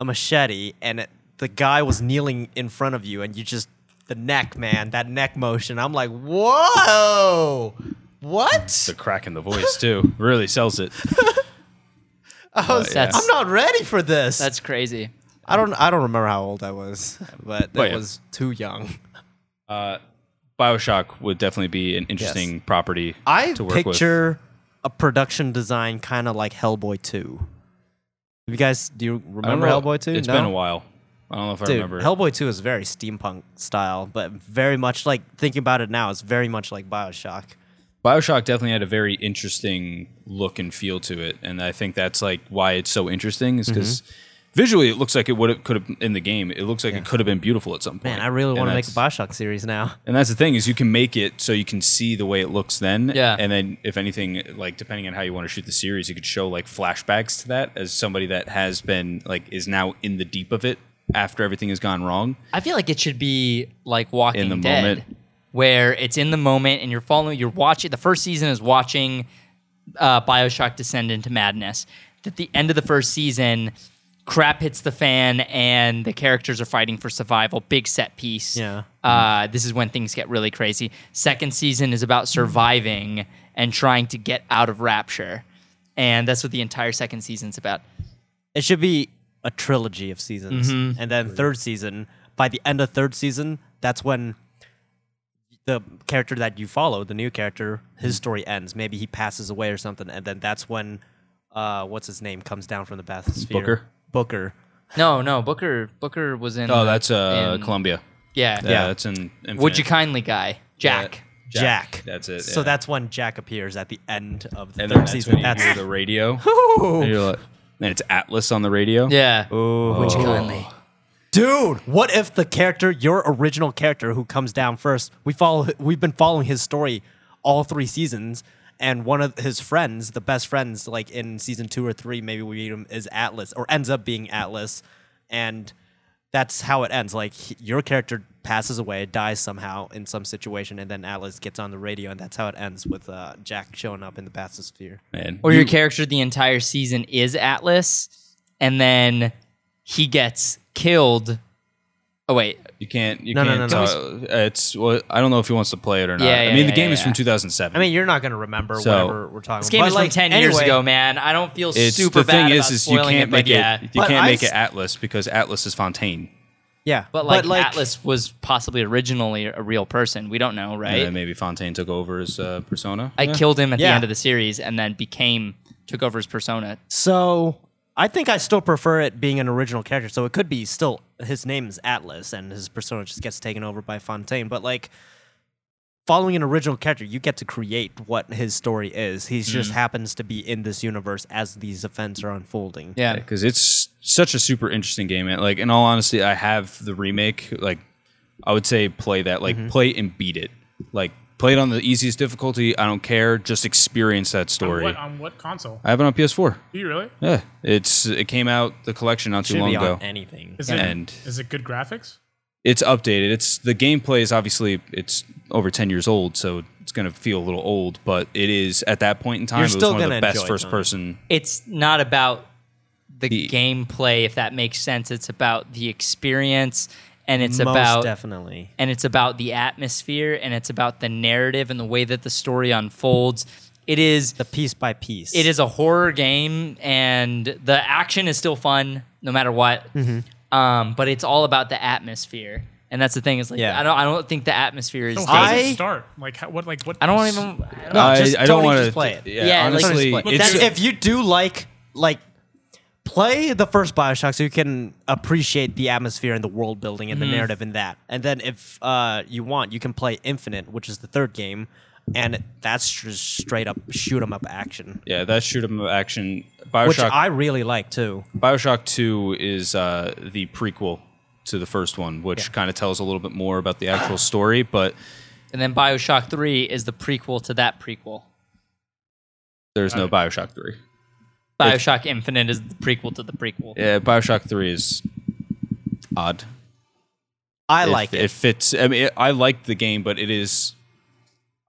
Speaker 3: a machete, and it, the guy was kneeling in front of you, and you just the neck, man, that neck motion. I'm like, whoa, what?
Speaker 4: the crack in the voice too really sells it.
Speaker 3: I was-
Speaker 4: yeah.
Speaker 1: That's
Speaker 3: Oh, I'm not ready for this.
Speaker 1: that's crazy.
Speaker 3: I don't I don't remember how old I was, but that
Speaker 4: yeah.
Speaker 3: was too young.
Speaker 4: Bioshock would definitely be an interesting property
Speaker 3: I
Speaker 4: to work with.
Speaker 3: picture a production design kind of like Hellboy 2. You guys, do you
Speaker 4: I don't
Speaker 3: remember
Speaker 4: know.
Speaker 3: Hellboy 2?
Speaker 4: It's
Speaker 3: no?
Speaker 4: been a while. I don't know if I
Speaker 3: Dude,
Speaker 4: remember.
Speaker 3: Hellboy 2 is very steampunk style, but very much like thinking about it now, it's very much like BioShock.
Speaker 4: Bioshock definitely had a very interesting look and feel to it, and I think that's like why it's so interesting
Speaker 3: Mm-hmm.
Speaker 4: is because visually it looks like it would have could have in the game. It looks like it could have been beautiful at some point.
Speaker 3: Man, I really
Speaker 4: And
Speaker 3: want to make a
Speaker 4: that's-
Speaker 3: Bioshock series now.
Speaker 4: And that's the thing is you can make it so you can see the way it looks then.
Speaker 1: Yeah.
Speaker 4: And then if anything, like depending on how you want to shoot the series, you could show like flashbacks to that as somebody that has been like is now in the deep of it after everything has gone wrong.
Speaker 1: I feel like it should be like Walking
Speaker 4: In the
Speaker 1: Dead,
Speaker 4: moment.
Speaker 1: where it's in the moment and you're following. You're watching. The first season is watching uh, Bioshock descend into madness. At the end of the first season, crap hits the fan and the characters are fighting for survival. Big set piece.
Speaker 3: Yeah.
Speaker 1: Uh, this is when things get really crazy. Second season is about surviving and trying to get out of rapture, and that's what the entire second season's about.
Speaker 3: It should be a trilogy of seasons,
Speaker 4: Mm-hmm.
Speaker 3: and then third season. By the end of third season, that's when the character that you follow, the new character,
Speaker 4: Mm-hmm.
Speaker 3: his story ends. Maybe he passes away or something, and then that's when, uh, what's his name comes down from the bathysphere.
Speaker 4: Booker?
Speaker 3: Booker.
Speaker 1: No, no, Booker. Booker was in.
Speaker 4: Oh, that's uh
Speaker 1: in-
Speaker 4: Columbia.
Speaker 1: Yeah,
Speaker 4: Yeah, that's in Infinite.
Speaker 1: Would you kindly guy, Jack?
Speaker 3: Jack.
Speaker 4: That's it.
Speaker 3: So
Speaker 4: yeah.
Speaker 3: that's when Jack appears at the end of the
Speaker 4: and
Speaker 3: third
Speaker 4: then that's
Speaker 3: season.
Speaker 4: when you hear
Speaker 3: That's
Speaker 4: the radio. and you're like- and it's Atlas on the radio.
Speaker 1: Yeah. Would you kindly?
Speaker 3: dude. What if the character, your original character who comes down first, we follow, we've been following his story all three seasons, and one of his friends, the best friends, like in season two or three, maybe we meet him is Atlas or ends up being Atlas, and that's how it ends. Like he- your character passes away, dies somehow in some situation, and then Atlas gets on the radio, and that's how it ends with uh, Jack showing up in the bathysphere.
Speaker 4: Man.
Speaker 1: Or your character the entire season is Atlas, and then he gets killed. Oh wait,
Speaker 4: You can't. You
Speaker 3: No, no,
Speaker 4: can't.
Speaker 3: no,
Speaker 4: uh, it's. Well, I don't know if he wants to play it or not.
Speaker 1: Yeah, yeah,
Speaker 4: I mean,
Speaker 1: yeah,
Speaker 4: the game
Speaker 1: yeah,
Speaker 4: is from
Speaker 1: yeah.
Speaker 4: 2007.
Speaker 3: I mean, you're not gonna remember
Speaker 4: So-
Speaker 3: whatever we're talking.
Speaker 1: this game
Speaker 3: about.
Speaker 1: is
Speaker 3: But,
Speaker 1: from
Speaker 3: like,
Speaker 1: ten years
Speaker 3: anyway,
Speaker 1: ago, man. I don't feel
Speaker 4: it's
Speaker 1: super
Speaker 4: the thing
Speaker 1: bad
Speaker 4: is,
Speaker 1: about
Speaker 4: is you
Speaker 1: spoiling
Speaker 4: can't
Speaker 1: it,
Speaker 4: make
Speaker 1: but
Speaker 4: it.
Speaker 1: yeah.
Speaker 4: You
Speaker 3: But
Speaker 4: can't
Speaker 3: I
Speaker 4: make
Speaker 3: s-
Speaker 4: it Atlas because Atlas is Fontaine.
Speaker 3: Yeah,
Speaker 1: But like, Atlas was possibly originally a real person. We don't know,
Speaker 4: And
Speaker 1: right?
Speaker 4: then Uh, maybe Fontaine took over his uh, persona.
Speaker 1: I killed him at the
Speaker 3: Yeah.
Speaker 1: end of the series, and then became took over his persona.
Speaker 3: So I think I still prefer it being an original character. So it could be still his name is Atlas, and his persona just gets taken over by Fontaine. But like following an original character, you get to create what his story is. He just happens to be in this universe as these events are unfolding.
Speaker 1: Yeah.
Speaker 4: because it's such a super interesting game. man. Like, in all honesty, I have the remake. Like, I would say play that. Like,
Speaker 3: Mm-hmm.
Speaker 4: play and beat it. Like, play it on the easiest difficulty. I don't care. Just experience that
Speaker 2: On
Speaker 4: story.
Speaker 2: what, on what console?
Speaker 4: I have it on PS4.
Speaker 2: Do you really?
Speaker 4: Yeah, it's it came out the collection not too
Speaker 3: Should
Speaker 4: long
Speaker 3: be
Speaker 4: ago.
Speaker 3: on anything.
Speaker 2: Is it,
Speaker 4: And-
Speaker 2: is it good graphics?
Speaker 4: it's updated. It's the gameplay is obviously it's over ten years old, so it's gonna feel a little old. But it is at that point in time,
Speaker 3: You're
Speaker 4: it was
Speaker 3: still
Speaker 4: one of
Speaker 3: gonna
Speaker 4: the best
Speaker 3: enjoy it,
Speaker 4: first
Speaker 3: Tom.
Speaker 4: person.
Speaker 1: it's not about the
Speaker 4: The-
Speaker 1: gameplay if that makes sense it's about the experience and it's
Speaker 3: Most
Speaker 1: about
Speaker 3: definitely.
Speaker 1: and it's about the atmosphere and it's about the narrative and the way that the story unfolds it is
Speaker 3: The piece by piece.
Speaker 1: it is a horror game and the action is still fun no matter what
Speaker 3: Mm-hmm.
Speaker 1: um, but it's all about the atmosphere and that's the thing is like
Speaker 3: Yeah.
Speaker 1: i don't i don't think the atmosphere is
Speaker 2: So
Speaker 1: dated.
Speaker 2: how does
Speaker 3: I-
Speaker 2: it start? Like how, what? Like what?
Speaker 1: i don't even
Speaker 3: No,
Speaker 4: I,
Speaker 3: just-
Speaker 4: I don't
Speaker 3: Tony,
Speaker 4: want
Speaker 3: just play it.
Speaker 4: Yeah,
Speaker 1: Yeah, like-
Speaker 4: honestly,
Speaker 1: Well,
Speaker 4: it's,
Speaker 3: That's- if you do like like play the first Bioshock so you can appreciate the atmosphere and the world building
Speaker 4: Mm-hmm.
Speaker 3: and the narrative in that. And then if uh, you want, you can play Infinite, which is the third game, and that's just straight up shoot 'em up action,
Speaker 4: yeah, that shoot 'em up action.
Speaker 3: which
Speaker 4: Bioshock
Speaker 3: I really like too.
Speaker 4: Bioshock Two is uh, the prequel to the first one, which kind of tells a little bit more about the actual story. But
Speaker 1: and then bioshock 3 is the prequel to that prequel
Speaker 4: there's no Bioshock Three.
Speaker 1: bioshock infinite is the prequel to the prequel
Speaker 4: Yeah, Bioshock Three is odd.
Speaker 3: I
Speaker 4: If-
Speaker 3: like it.
Speaker 4: It fits. I mean, it, I like the game, but it is.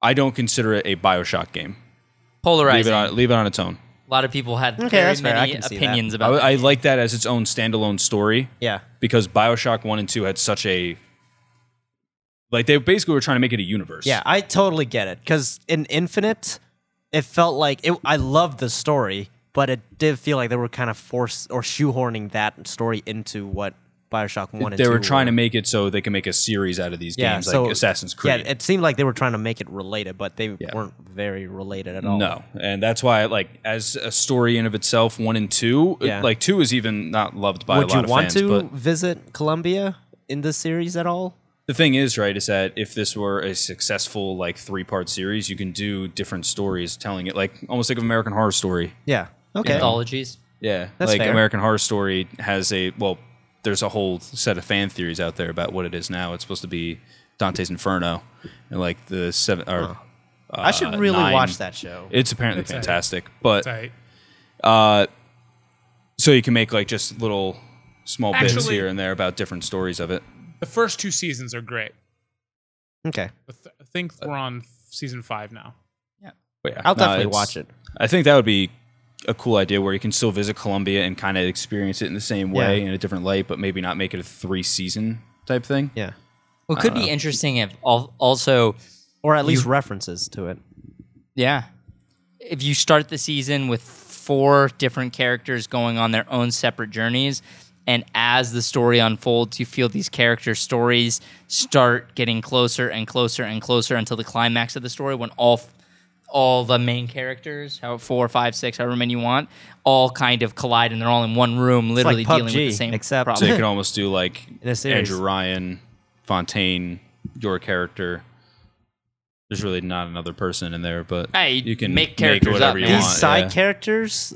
Speaker 4: I don't consider it a Bioshock game. Leave
Speaker 1: polarizing
Speaker 4: it on. Leave it on its own.
Speaker 1: A lot of people had very
Speaker 3: that's fair. I
Speaker 1: many
Speaker 3: can see that.
Speaker 1: opinions
Speaker 4: I,
Speaker 1: about
Speaker 4: I like that as its own standalone story.
Speaker 3: Yeah.
Speaker 4: Because Bioshock One and Two had such a. Like they basically were trying to make it a universe.
Speaker 3: Yeah, I totally get it. Because in Infinite, it felt like it, I loved the story, but it did feel like they were kind of forced or shoehorning that story into what Bioshock One. and
Speaker 4: They were
Speaker 3: two
Speaker 4: trying to make it so they can make a series out of these games, like Assassin's Creed.
Speaker 3: Yeah, it seemed like they were trying to make it related, but they
Speaker 4: Yeah.
Speaker 3: weren't very related at all.
Speaker 4: No, and that's why, like, as a story in of itself, one and two, uh,
Speaker 3: Yeah.
Speaker 4: like two is even not loved by
Speaker 3: Would
Speaker 4: a lot
Speaker 3: you
Speaker 4: of
Speaker 3: want
Speaker 4: fans.
Speaker 3: to
Speaker 4: but
Speaker 3: visit Colombia in this series at all?
Speaker 4: the thing is, right, is that if this were a successful like three part series, you can do different stories telling it, like almost like an American Horror Story.
Speaker 3: Yeah. Okay.
Speaker 1: Anthologies.
Speaker 4: Yeah,
Speaker 3: That's
Speaker 4: like
Speaker 3: fair.
Speaker 4: American Horror Story has a well. There's a whole set of fan theories out there about what it is now. It's supposed to be Dante's Inferno, and like the seven. Or,
Speaker 3: I should
Speaker 4: uh,
Speaker 3: really
Speaker 4: nine.
Speaker 3: watch that show.
Speaker 4: It's apparently
Speaker 2: all right.
Speaker 4: fantastic, but
Speaker 2: Tight.
Speaker 4: Uh, so you can make like just little small bits
Speaker 2: Actually-
Speaker 4: here and there about different stories of it.
Speaker 2: The first two seasons are great.
Speaker 3: okay.
Speaker 2: I th- I think we're on f- season five now.
Speaker 4: But yeah,
Speaker 3: I'll
Speaker 4: no,
Speaker 3: definitely
Speaker 4: it's-
Speaker 3: watch it.
Speaker 4: I think that would be a cool idea where you can still visit Columbia and kind of experience it in the same way
Speaker 3: Yeah.
Speaker 4: in a different light, but maybe not make it a three season type thing.
Speaker 3: Yeah.
Speaker 1: Well, it could
Speaker 3: Uh-huh.
Speaker 1: be interesting if al- also,
Speaker 3: Or at least references to it.
Speaker 1: yeah, if you start the season with four different characters going on their own separate journeys, and as the story unfolds, you feel these character stories start getting closer and closer and closer until the climax of the story when all. f- all the main characters, how four, five, six, however many you want, all kind of collide and they're all in one room,
Speaker 3: like
Speaker 1: literally dealing with the
Speaker 3: PUBG,
Speaker 1: same
Speaker 3: except-
Speaker 4: So
Speaker 1: problem.
Speaker 4: you could almost do like
Speaker 3: In a series.
Speaker 4: Andrew Ryan, Fontaine, your character. There's really not another person in there, but
Speaker 1: Hey,
Speaker 4: you can
Speaker 1: make characters
Speaker 4: whatever
Speaker 1: up,
Speaker 4: you
Speaker 1: man.
Speaker 3: These
Speaker 4: want.
Speaker 3: side
Speaker 4: yeah.
Speaker 3: characters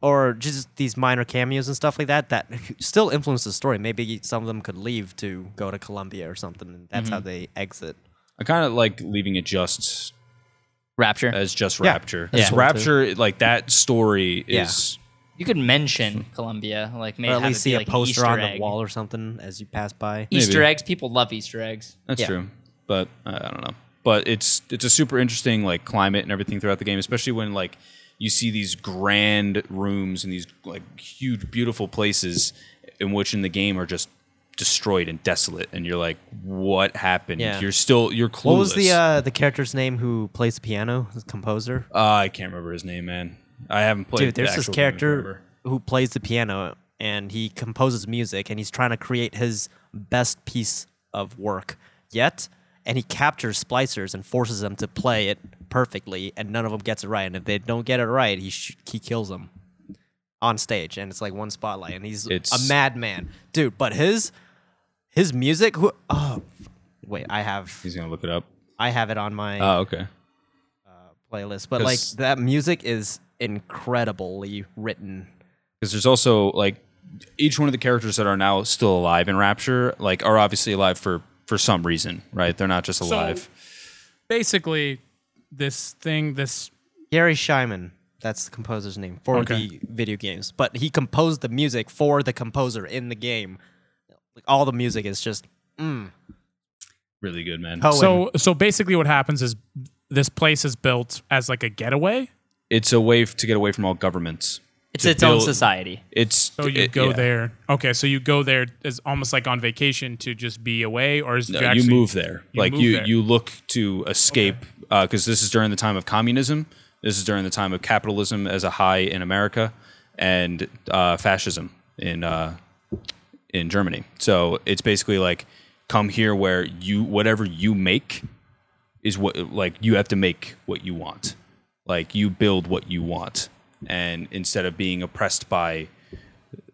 Speaker 3: or just these minor cameos and stuff like that that still influence the story. Maybe some of them could leave to go to Columbia or something. And that's how they exit.
Speaker 4: I kind of like leaving it just
Speaker 1: Rapture.
Speaker 4: as just
Speaker 3: Yeah.
Speaker 4: Rapture.
Speaker 1: Yeah.
Speaker 4: It's Rapture, like that story is
Speaker 1: You could mention Columbia, like maybe
Speaker 3: Or at
Speaker 1: have
Speaker 3: least
Speaker 1: it
Speaker 3: see
Speaker 1: be
Speaker 3: a
Speaker 1: like
Speaker 3: poster
Speaker 1: Easter
Speaker 3: on
Speaker 1: egg.
Speaker 3: the wall or something as you pass by.
Speaker 1: Easter
Speaker 4: Maybe.
Speaker 1: eggs. People love Easter eggs.
Speaker 4: That's
Speaker 3: Yeah.
Speaker 4: true, but uh, I I don't know. But it's it's a super interesting like climate and everything throughout the game, especially when like you see these grand rooms and these like huge beautiful places in which in the game are just destroyed and desolate, and you're like, what happened?
Speaker 3: Yeah.
Speaker 4: You're still you're clueless.
Speaker 3: What was the uh, the character's name who plays the piano? The composer?
Speaker 4: Uh, I can't remember his name, man. I haven't played.
Speaker 3: Dude, there's
Speaker 4: the
Speaker 3: this
Speaker 4: actual game
Speaker 3: character
Speaker 4: forever.
Speaker 3: who plays the piano and he composes music and he's trying to create his best piece of work yet. And he captures splicers and forces them to play it perfectly, and none of them gets it right. And if they don't get it right, he sh- he kills them on stage, and it's like one spotlight, and he's
Speaker 4: It's-
Speaker 3: a madman, dude. But his his music, who, oh, wait, I have
Speaker 4: He's gonna look it up.
Speaker 3: I have it on my
Speaker 4: Oh, okay.
Speaker 3: playlist, but like
Speaker 4: 'cause-
Speaker 3: that music is incredibly written.
Speaker 4: because there's also like each one of the characters that are now still alive in Rapture, like are obviously alive for for some reason, right? They're not just alive.
Speaker 2: Basically, this thing, this
Speaker 3: Gary Shyman. That's the composer's name for
Speaker 2: Okay.
Speaker 3: the video games. But he composed the music for the composer in the game. Like all the music is just
Speaker 4: really good, man.
Speaker 3: poem.
Speaker 2: So so basically, what happens is this place is built as like a getaway.
Speaker 4: It's a way f- to get away from all governments.
Speaker 1: It's
Speaker 4: To
Speaker 1: its own
Speaker 4: build-
Speaker 1: society.
Speaker 4: It's
Speaker 2: So you
Speaker 4: it-
Speaker 2: go
Speaker 4: yeah.
Speaker 2: there. Okay, so you go there as almost like on vacation to just be away, or is
Speaker 4: No,
Speaker 2: you,
Speaker 4: you,
Speaker 2: actually,
Speaker 4: move there.
Speaker 2: you
Speaker 4: like
Speaker 2: move
Speaker 4: you
Speaker 2: there.
Speaker 4: you look to escape because this is during the time of communism. This is during the time of capitalism as a high in America and uh, fascism in uh, in Germany. So it's basically like come here where you whatever you make is what like you have to make what you want. Like you build what you want and instead of being oppressed by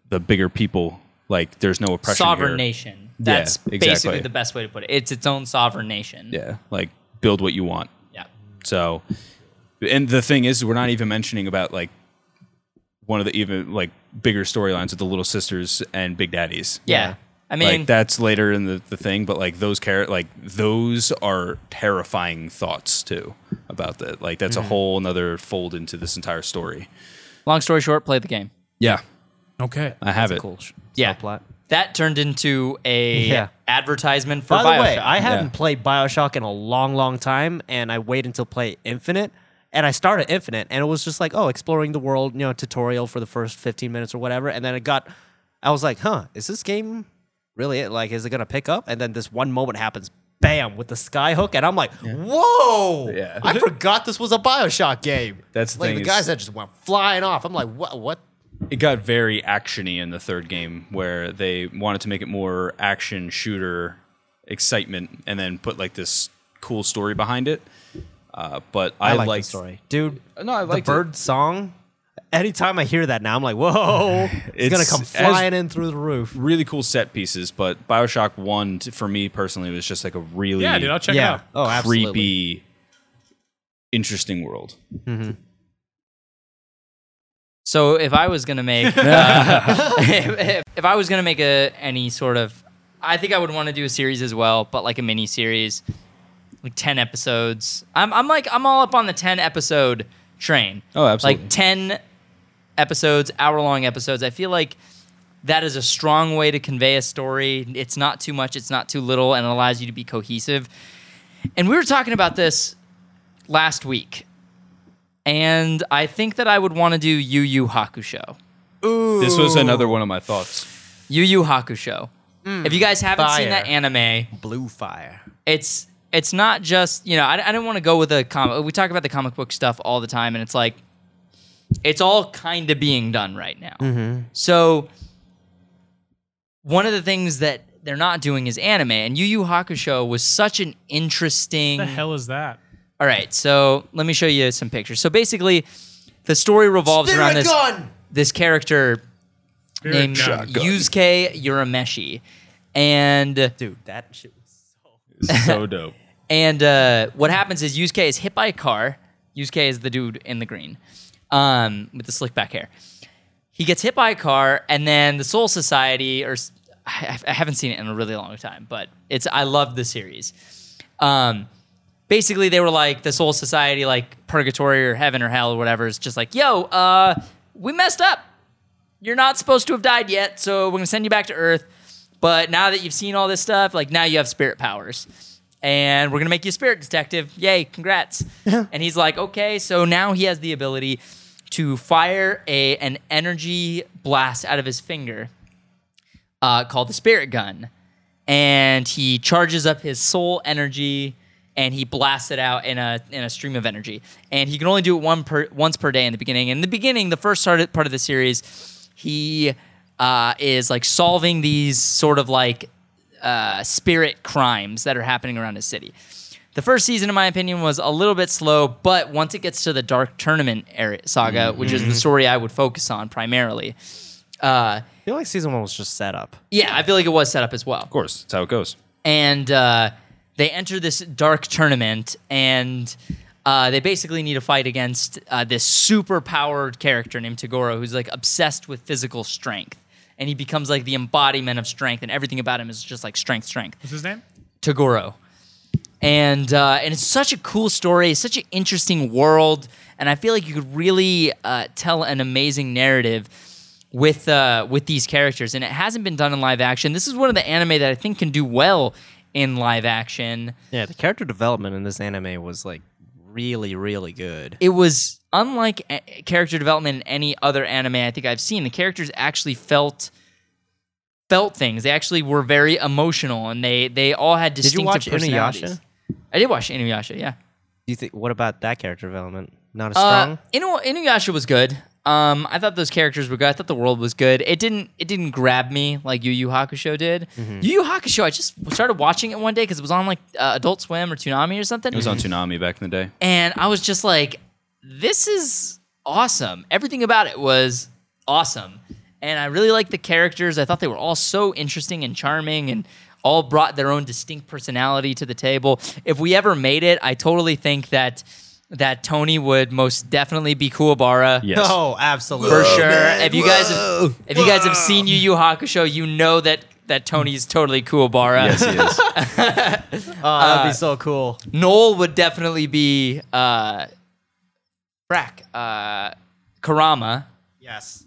Speaker 4: the bigger people like there's no oppression
Speaker 1: Sovereign
Speaker 4: here.
Speaker 1: nation. That's
Speaker 4: exactly.
Speaker 1: basically the best way to put it. It's its own sovereign nation.
Speaker 4: Yeah, like build what you want.
Speaker 1: Yeah.
Speaker 4: So, and the thing is, we're not even mentioning about like one of the even like bigger storylines with the little sisters and Big Daddies.
Speaker 1: Yeah. I mean,
Speaker 4: like that's later in the, the thing, but like those char- like those are terrifying thoughts too about that. Like that's
Speaker 1: Mm-hmm.
Speaker 4: a whole another fold into this entire story.
Speaker 1: long story short, play the game.
Speaker 4: Yeah,
Speaker 2: Okay,
Speaker 4: I have it.
Speaker 3: cool. sh-
Speaker 1: Yeah.
Speaker 3: subplot.
Speaker 1: That turned into a
Speaker 3: Yeah.
Speaker 1: advertisement for
Speaker 3: By the
Speaker 1: Bioshock.
Speaker 3: way, I haven't
Speaker 4: Yeah.
Speaker 3: played Bioshock in a long, long time, and I waited until play Infinite, and I started Infinite, and it was just like, oh, exploring the world, you know, tutorial for the first fifteen minutes or whatever, and then it got, I was like, huh, is this game really it? Like, is it gonna pick up? And then this one moment happens, bam, with the skyhook, and I'm like, whoa,
Speaker 4: Yeah.
Speaker 3: I forgot this was a Bioshock game.
Speaker 4: That's the
Speaker 3: like
Speaker 4: thing
Speaker 3: the
Speaker 4: is-
Speaker 3: guys that just went flying off. I'm like, what? What?
Speaker 4: it got very actiony in the third game where they wanted to make it more action shooter excitement and then put like this cool story behind it uh, but i,
Speaker 3: I
Speaker 4: like
Speaker 1: Uh,
Speaker 3: like the story, dude.
Speaker 4: no i
Speaker 3: the
Speaker 4: like
Speaker 3: bird song anytime I hear that now, I'm like, whoa, it's, gonna
Speaker 4: It's-
Speaker 3: come
Speaker 4: as-
Speaker 3: flying in through the roof.
Speaker 4: Really cool set pieces, but Bioshock One t- for me personally was just like a really
Speaker 2: Yeah, dude, I'll check it
Speaker 3: yeah.
Speaker 2: out.
Speaker 3: Oh, absolutely.
Speaker 4: creepy, interesting world.
Speaker 1: So if I was gonna make, uh, if, if I was gonna make a any sort of, I think I would want to do a series as well, but like a mini series, like ten episodes. I'm I'm like I'm all up on the ten episode train.
Speaker 4: Oh, absolutely.
Speaker 1: Like ten episodes, hour long episodes. I feel like that is a strong way to convey a story. It's not too much, it's not too little, and it allows you to be cohesive. And we were talking about this last week. And I think that I would want to do Yu Yu Hakusho.
Speaker 4: This was another one of my thoughts.
Speaker 1: Yu Yu Hakusho. if you guys haven't seen
Speaker 3: fire.
Speaker 1: that anime,
Speaker 3: Blue fire.
Speaker 1: it's it's not just you know I, I didn't want to go with a comic. We talk about the comic book stuff all the time, and it's like it's all kind of being done right now. So one of the things that they're not doing is anime, and Yu Yu Hakusho was such an interesting.
Speaker 2: The hell is that?
Speaker 1: All right, so let me show you some pictures. So basically, the story revolves around this this character named
Speaker 4: shotgun.
Speaker 1: Yusuke Urameshi, and
Speaker 3: Dude, that shit was
Speaker 4: So dope.
Speaker 1: and uh, what happens is Yusuke is hit by a car. Yusuke is the dude in the green um, with the slick back hair. He gets hit by a car, and then the Soul Society, or s- I, I haven't seen it in a really long time, but it's I love the series. Um, basically, they were like the Soul Society, like purgatory or heaven or hell or whatever. It's just like, yo, uh, we messed up. You're not supposed to have died yet, so we're gonna send you back to Earth. But now that you've seen all this stuff, like now you have spirit powers. And we're gonna make you a spirit detective. Yay, congrats. and he's like, okay, so now he has the ability to fire a an energy blast out of his finger uh, called the spirit gun. And he charges up his soul energy and he blasts it out in a in a stream of energy. And he can only do it one per once per day in the beginning. In the beginning, the first start, part of the series, he uh, is like solving these sort of like uh, spirit crimes that are happening around his city. The first season, in my opinion, was a little bit slow, but once it gets to the Dark Tournament era, saga, which is the story I would focus on primarily, uh,
Speaker 3: I feel like season one was just set up.
Speaker 1: yeah, I feel like it was set up as well
Speaker 4: Of course, that's how it goes.
Speaker 1: and uh, they enter this dark tournament and uh, they basically need to fight against uh, this super powered character named Tagoro who's like obsessed with physical strength and he becomes like the embodiment of strength and everything about him is just like strength strength
Speaker 2: What's his name?
Speaker 1: Tagoro. And uh, and it's such a cool story, it's such an interesting world, and I feel like you could really uh, tell an amazing narrative with uh, with these characters. And it hasn't been done in live action. This is one of the anime that I think can do well in live action.
Speaker 3: Yeah, the character development in this anime was like really, really good.
Speaker 1: It was unlike a- character development in any other anime I think I've seen. The characters actually felt felt things. They actually were very emotional, and they they all had
Speaker 3: you
Speaker 1: distinctive
Speaker 3: watch
Speaker 1: personalities.
Speaker 3: Inuyasha?
Speaker 1: I did watch Inuyasha. Yeah.
Speaker 3: Do you think? What about that character development? Not as
Speaker 1: Uh,
Speaker 3: strong.
Speaker 1: Inu- Inuyasha was good. Um, I thought those characters were good. I thought the world was good. It didn't. It didn't grab me like Yu Yu Hakusho did. Yu Yu Hakusho. I just started watching it one day because it was on like uh, Adult Swim or Toonami or something,
Speaker 4: It was on Tsunami back in the day.
Speaker 1: and I was just like, "This is awesome." Everything about it was awesome, and I really liked the characters. I thought they were all so interesting and charming, and all brought their own distinct personality to the table. If we ever made it, I totally think that that Tony would most definitely be Kuwabara.
Speaker 4: Yes.
Speaker 3: Oh, absolutely.
Speaker 1: For sure. if you guys have, if you guys have seen Yu Yu Hakusho, you know that that Tony's totally Kuwabara.
Speaker 4: Yes, he is.
Speaker 3: Oh, that'd be so cool.
Speaker 1: Noel would definitely be uh Brack, uh Karama.
Speaker 3: Yes.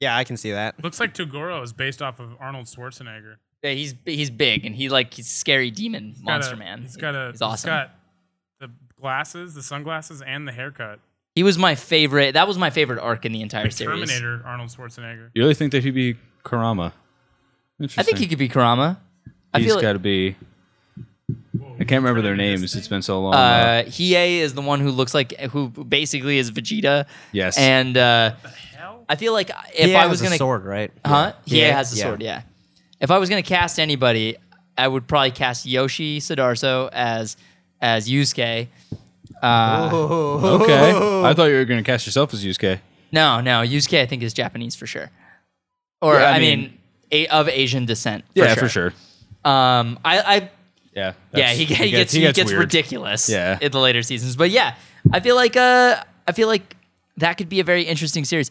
Speaker 3: Yeah, I can see that.
Speaker 2: Looks like Toguro is based off of Arnold Schwarzenegger.
Speaker 1: Yeah, he's he's big and he like he's scary demon
Speaker 2: Got a-
Speaker 1: monster man.
Speaker 2: He's got a.
Speaker 1: he's awesome.
Speaker 2: He's got the glasses, the sunglasses, and the haircut.
Speaker 1: he was my favorite. That was my favorite arc in the entire series.
Speaker 2: Terminator Arnold Schwarzenegger.
Speaker 4: You really think that he'd be Karama? Interesting.
Speaker 1: I think he could be Karama. I
Speaker 4: He's
Speaker 1: feel
Speaker 4: got
Speaker 1: like
Speaker 4: to be. I can't remember their names. It's been so long.
Speaker 1: uh, Hiei is the one who looks like who basically is Vegeta.
Speaker 4: Yes.
Speaker 1: And uh,
Speaker 2: Hell?
Speaker 1: I feel like if
Speaker 3: yeah,
Speaker 1: I was
Speaker 3: a
Speaker 1: gonna Uh-huh.
Speaker 3: sword, right?
Speaker 1: Huh? He
Speaker 3: Yeah.
Speaker 1: has the
Speaker 3: Yeah.
Speaker 1: sword, yeah. If I was gonna cast anybody, I would probably cast Yoshi Sadarso as as Yusuke. Uh,
Speaker 4: okay. I thought you were going to cast yourself as Yusuke.
Speaker 1: No, no. Yusuke, I think, is Japanese for sure. Or,
Speaker 4: Yeah, I
Speaker 1: I, mean,
Speaker 4: mean-
Speaker 1: a, of Asian descent. For
Speaker 4: yeah,
Speaker 1: sure.
Speaker 4: for sure.
Speaker 1: Um, I, I
Speaker 4: Yeah.
Speaker 1: yeah,
Speaker 4: that's-
Speaker 1: he, he gets he gets,
Speaker 4: weird.
Speaker 1: ridiculous.
Speaker 4: Yeah.
Speaker 1: in the later seasons, but yeah, I feel like uh, I feel like that could be a very interesting series.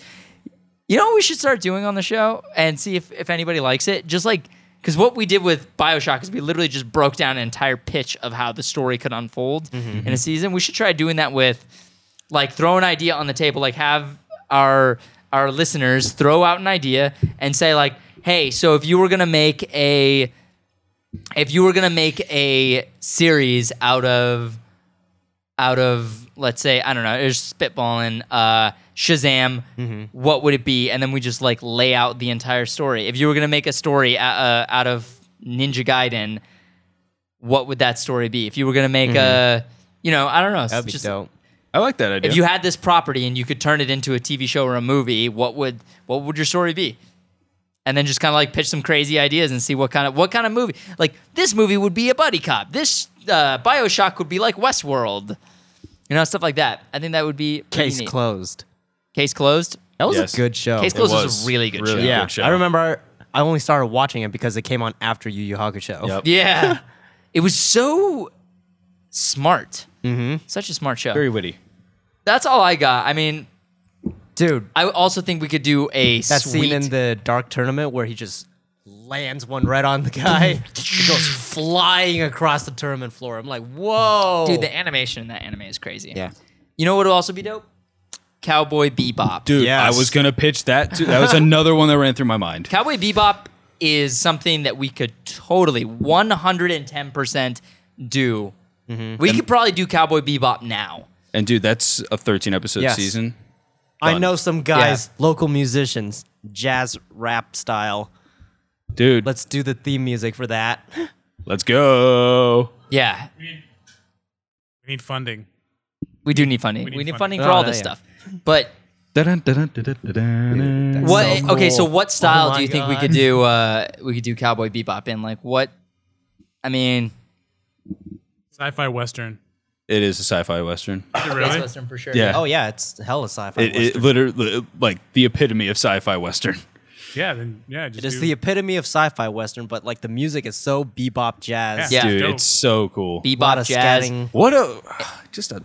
Speaker 1: You know what we should start doing on the show and see if if anybody likes it. Just like because what we did with Bioshock is we literally just broke down an entire pitch of how the story could unfold in a season. We should try doing that with like throw an idea on the table like have our our listeners throw out an idea and say like hey so if you were gonna make a if you were gonna make a series out of out of let's say i don't know it's spitballing uh shazam
Speaker 3: Mm-hmm.
Speaker 1: what would it be and then we just like lay out the entire story if you were gonna make a story uh, uh, out of ninja gaiden what would that story be if you were gonna make a you know i don't know
Speaker 3: Mm-hmm. That'd be
Speaker 1: just-
Speaker 3: dope.
Speaker 4: I like that idea.
Speaker 1: if you had this property and you could turn it into a TV show or a movie, what would what would your story be? And then just kind of like pitch some crazy ideas and see what kind of what kind of movie. Like this movie would be a buddy cop. This uh, BioShock would be like Westworld. You know, stuff like that. I think that would be pretty
Speaker 3: Case
Speaker 1: neat.
Speaker 3: closed.
Speaker 1: Case closed.
Speaker 3: That was
Speaker 4: Yes.
Speaker 3: a good show.
Speaker 1: Case
Speaker 4: It
Speaker 1: closed was,
Speaker 4: was
Speaker 1: a really good
Speaker 4: really
Speaker 1: show.
Speaker 4: good.
Speaker 3: yeah,
Speaker 4: show.
Speaker 3: I remember. I only started watching it because it came on after Yu Yu Hakusho.
Speaker 4: Yep.
Speaker 1: Yeah, it was so smart. Mm-hmm. Such a smart show.
Speaker 4: very witty.
Speaker 1: That's all I got. I mean,
Speaker 3: Dude,
Speaker 1: I also think we could do a
Speaker 3: that
Speaker 1: sweet
Speaker 3: scene in the dark tournament where he just lands one right on the guy, he goes flying across the tournament floor. I'm like, whoa,
Speaker 1: Dude, the animation in that anime is crazy.
Speaker 3: Oh. Yeah.
Speaker 1: You know what would also be dope? Cowboy Bebop.
Speaker 4: Dude,
Speaker 3: Yes.
Speaker 4: I was gonna pitch that too. That was another one that ran through my mind.
Speaker 1: Cowboy Bebop is something that we could totally 110% do.
Speaker 3: Mm-hmm.
Speaker 1: We could probably do Cowboy Bebop now.
Speaker 4: And dude, that's a 13 episode
Speaker 3: Yes.
Speaker 4: season.
Speaker 3: I
Speaker 4: fun.
Speaker 3: know some guys, local musicians, jazz rap style.
Speaker 4: Dude, let's,
Speaker 3: Let's do the theme music for that.
Speaker 4: go.
Speaker 1: Yeah.
Speaker 2: We need funding.
Speaker 1: We do need funding. We
Speaker 2: need
Speaker 1: need, funding,
Speaker 2: funding.
Speaker 1: for all
Speaker 3: Oh,
Speaker 1: this
Speaker 3: yeah.
Speaker 1: stuff. But
Speaker 4: Dun, dun, dun, dun, dun, dun.
Speaker 1: what
Speaker 3: So
Speaker 1: okay, so
Speaker 3: cool.
Speaker 1: what style
Speaker 3: Oh my
Speaker 1: do you think we
Speaker 3: God.
Speaker 1: could do uh we could do Cowboy Bebop in? Like what I mean,
Speaker 2: Sci-fi western.
Speaker 4: It is a sci-fi western.
Speaker 2: Is it really?
Speaker 1: Western for sure.
Speaker 4: Yeah.
Speaker 3: Oh yeah, it's hella sci-fi.
Speaker 4: It, it
Speaker 3: western.
Speaker 4: literally like the epitome of sci-fi western.
Speaker 2: Yeah. Then yeah. Just
Speaker 3: it is
Speaker 2: do-
Speaker 3: the epitome of sci-fi western, but like the music is so bebop jazz.
Speaker 1: Yeah.
Speaker 4: Dude,
Speaker 2: Dope.
Speaker 4: it's so cool.
Speaker 3: lot
Speaker 1: Bebop
Speaker 3: of
Speaker 1: jazz.
Speaker 3: scatting.
Speaker 4: What a just a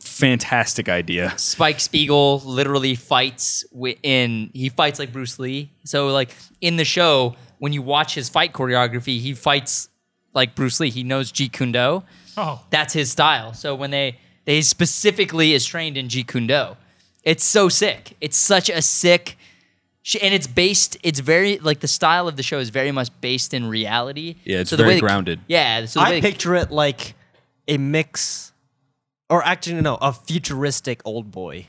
Speaker 4: fantastic idea.
Speaker 1: Spike Spiegel literally fights wi- in he fights like Bruce Lee. So like in the show, when you watch his fight choreography, he fights like Bruce Lee. He knows Jeet Kune Do.
Speaker 2: Oh.
Speaker 1: That's his style. So when they they specifically is trained in Jeet Kune Do. It's so sick. It's such a sick sh- and it's based it's very like the style of the show is very much based in reality.
Speaker 4: Yeah, it's
Speaker 1: So the
Speaker 4: very
Speaker 1: way the-
Speaker 4: grounded.
Speaker 1: Yeah, so the way
Speaker 3: I
Speaker 1: the-
Speaker 3: picture it like a mix, or actually no, a futuristic old boy.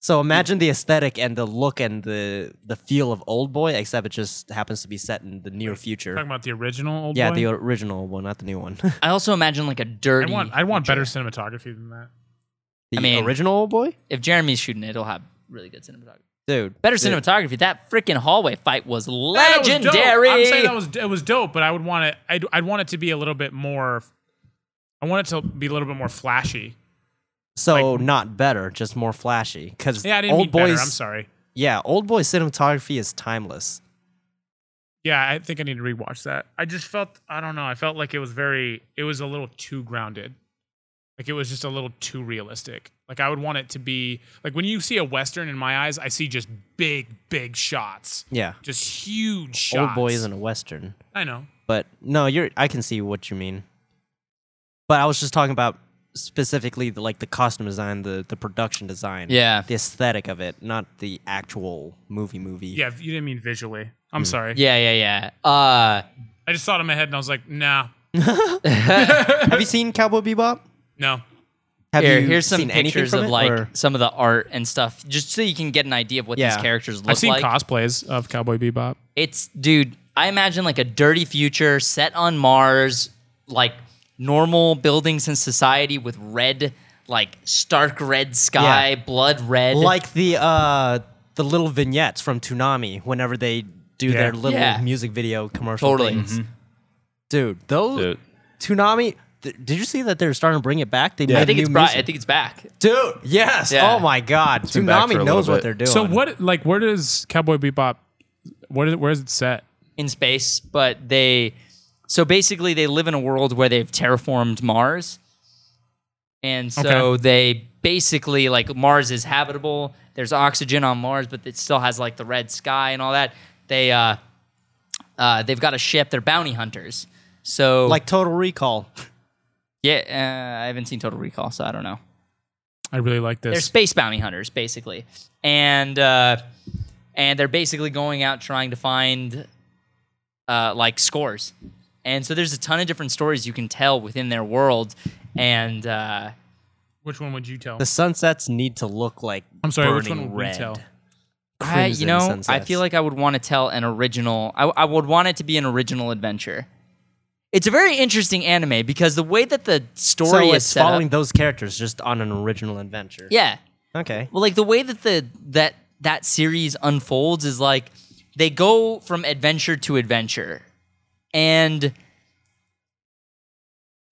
Speaker 3: So imagine the aesthetic and the look and the the feel of old boy, except it just happens to be set in the near
Speaker 2: Talking
Speaker 3: future.
Speaker 2: about the original old
Speaker 3: Yeah,
Speaker 2: boy.
Speaker 3: the original one, not the new one.
Speaker 1: I also imagine like a
Speaker 2: I
Speaker 1: dirty
Speaker 2: want I want better cinematography than that.
Speaker 3: the
Speaker 1: mean-
Speaker 3: original old boy,
Speaker 1: if Jeremy's shooting it, it'll have really good cinematography.
Speaker 3: dude.
Speaker 1: Better
Speaker 3: dude.
Speaker 1: cinematography. That freaking hallway fight was
Speaker 2: That was dope.
Speaker 1: legendary.
Speaker 2: I'm saying that was it was dope, but I would want it. I'd, I'd want it to be a little bit more. I want it to be a little bit more flashy.
Speaker 3: So not better, just more flashy. Because
Speaker 2: Yeah, I didn't mean
Speaker 3: old boys,
Speaker 2: better. I'm sorry.
Speaker 3: yeah, old boy cinematography is timeless.
Speaker 2: Yeah, I think I need to rewatch that. I just felt I don't know. I felt like it was very. It was a little too grounded. Like it was just a little too realistic. Like I would want it to be like when you see a western in my eyes, I see just big, big shots.
Speaker 3: Yeah,
Speaker 2: Just huge shots.
Speaker 3: old boy isn't a western.
Speaker 2: I know.
Speaker 3: but no, you're. I can see what you mean. But I was just talking about specifically the, like the costume design, the the production design,
Speaker 1: Yeah.
Speaker 3: the aesthetic of it, not the actual movie movie.
Speaker 2: Yeah, you didn't mean visually.
Speaker 3: Hmm.
Speaker 2: I'm sorry.
Speaker 1: yeah, yeah, yeah. Uh,
Speaker 2: I just thought in my head and I was like, nah,
Speaker 3: Have you seen Cowboy Bebop?
Speaker 2: no.
Speaker 3: Have
Speaker 1: here,
Speaker 3: you
Speaker 1: here's some
Speaker 3: seen anything
Speaker 1: pictures
Speaker 3: from
Speaker 1: of
Speaker 3: it,
Speaker 1: like
Speaker 3: or-
Speaker 1: some of the art and stuff, just so you can get an idea of what
Speaker 3: Yeah.
Speaker 1: these characters look
Speaker 2: I've seen
Speaker 1: like.
Speaker 2: cosplays of Cowboy Bebop.
Speaker 3: Oh,
Speaker 1: it's dude. I imagine like a dirty future set on Mars, like normal buildings in society with red, like stark red sky,
Speaker 3: Yeah.
Speaker 1: blood red,
Speaker 3: like the uh the little vignettes from Toonami whenever they do their little
Speaker 1: Yeah. Mm-hmm.
Speaker 3: music video commercial
Speaker 1: Totally.
Speaker 3: things. Dude, those
Speaker 4: Dude.
Speaker 3: Toonami th- did you see that they're starting to bring it back? They made
Speaker 1: I think
Speaker 3: new
Speaker 1: it's brought,
Speaker 3: music.
Speaker 1: I think it's back.
Speaker 3: Dude, yes.
Speaker 1: Yeah.
Speaker 3: Oh my God,
Speaker 4: been back for a
Speaker 3: Tsunami
Speaker 4: little
Speaker 3: knows what
Speaker 4: bit.
Speaker 3: they're doing.
Speaker 2: So what? Like, where does Cowboy Bebop? Where is, where is it set?
Speaker 1: in space, but they so basically they live in a world where they've terraformed Mars. And so
Speaker 2: Okay.
Speaker 1: they basically like Mars is habitable. There's oxygen on Mars, but it still has like the red sky and all that. They uh uh they've got a ship, they're bounty hunters. So
Speaker 2: Oh.
Speaker 3: Like Total Recall.
Speaker 1: yeah, uh, I haven't seen Total Recall, so I don't know.
Speaker 2: I really like this.
Speaker 1: They're space bounty hunters, basically, and uh, and they're basically going out trying to find uh, like scores. And so there's a ton of different stories you can tell within their world, and uh,
Speaker 2: which one would you tell?
Speaker 3: The sunsets need to look like
Speaker 2: I'm sorry, which
Speaker 3: burning
Speaker 2: one would
Speaker 3: red.
Speaker 2: we tell?
Speaker 1: I, you
Speaker 3: Crimson
Speaker 1: know, I
Speaker 3: sunsets.
Speaker 1: feel like I would want to tell an original. I, I would want it to be an original adventure. It's a very interesting anime because the way that the
Speaker 3: so
Speaker 1: story is
Speaker 3: it's
Speaker 1: set up-
Speaker 3: following those characters just on an original adventure.
Speaker 1: yeah,
Speaker 3: Okay.
Speaker 1: Well, like the way that the that that series unfolds is like they go from adventure to adventure, and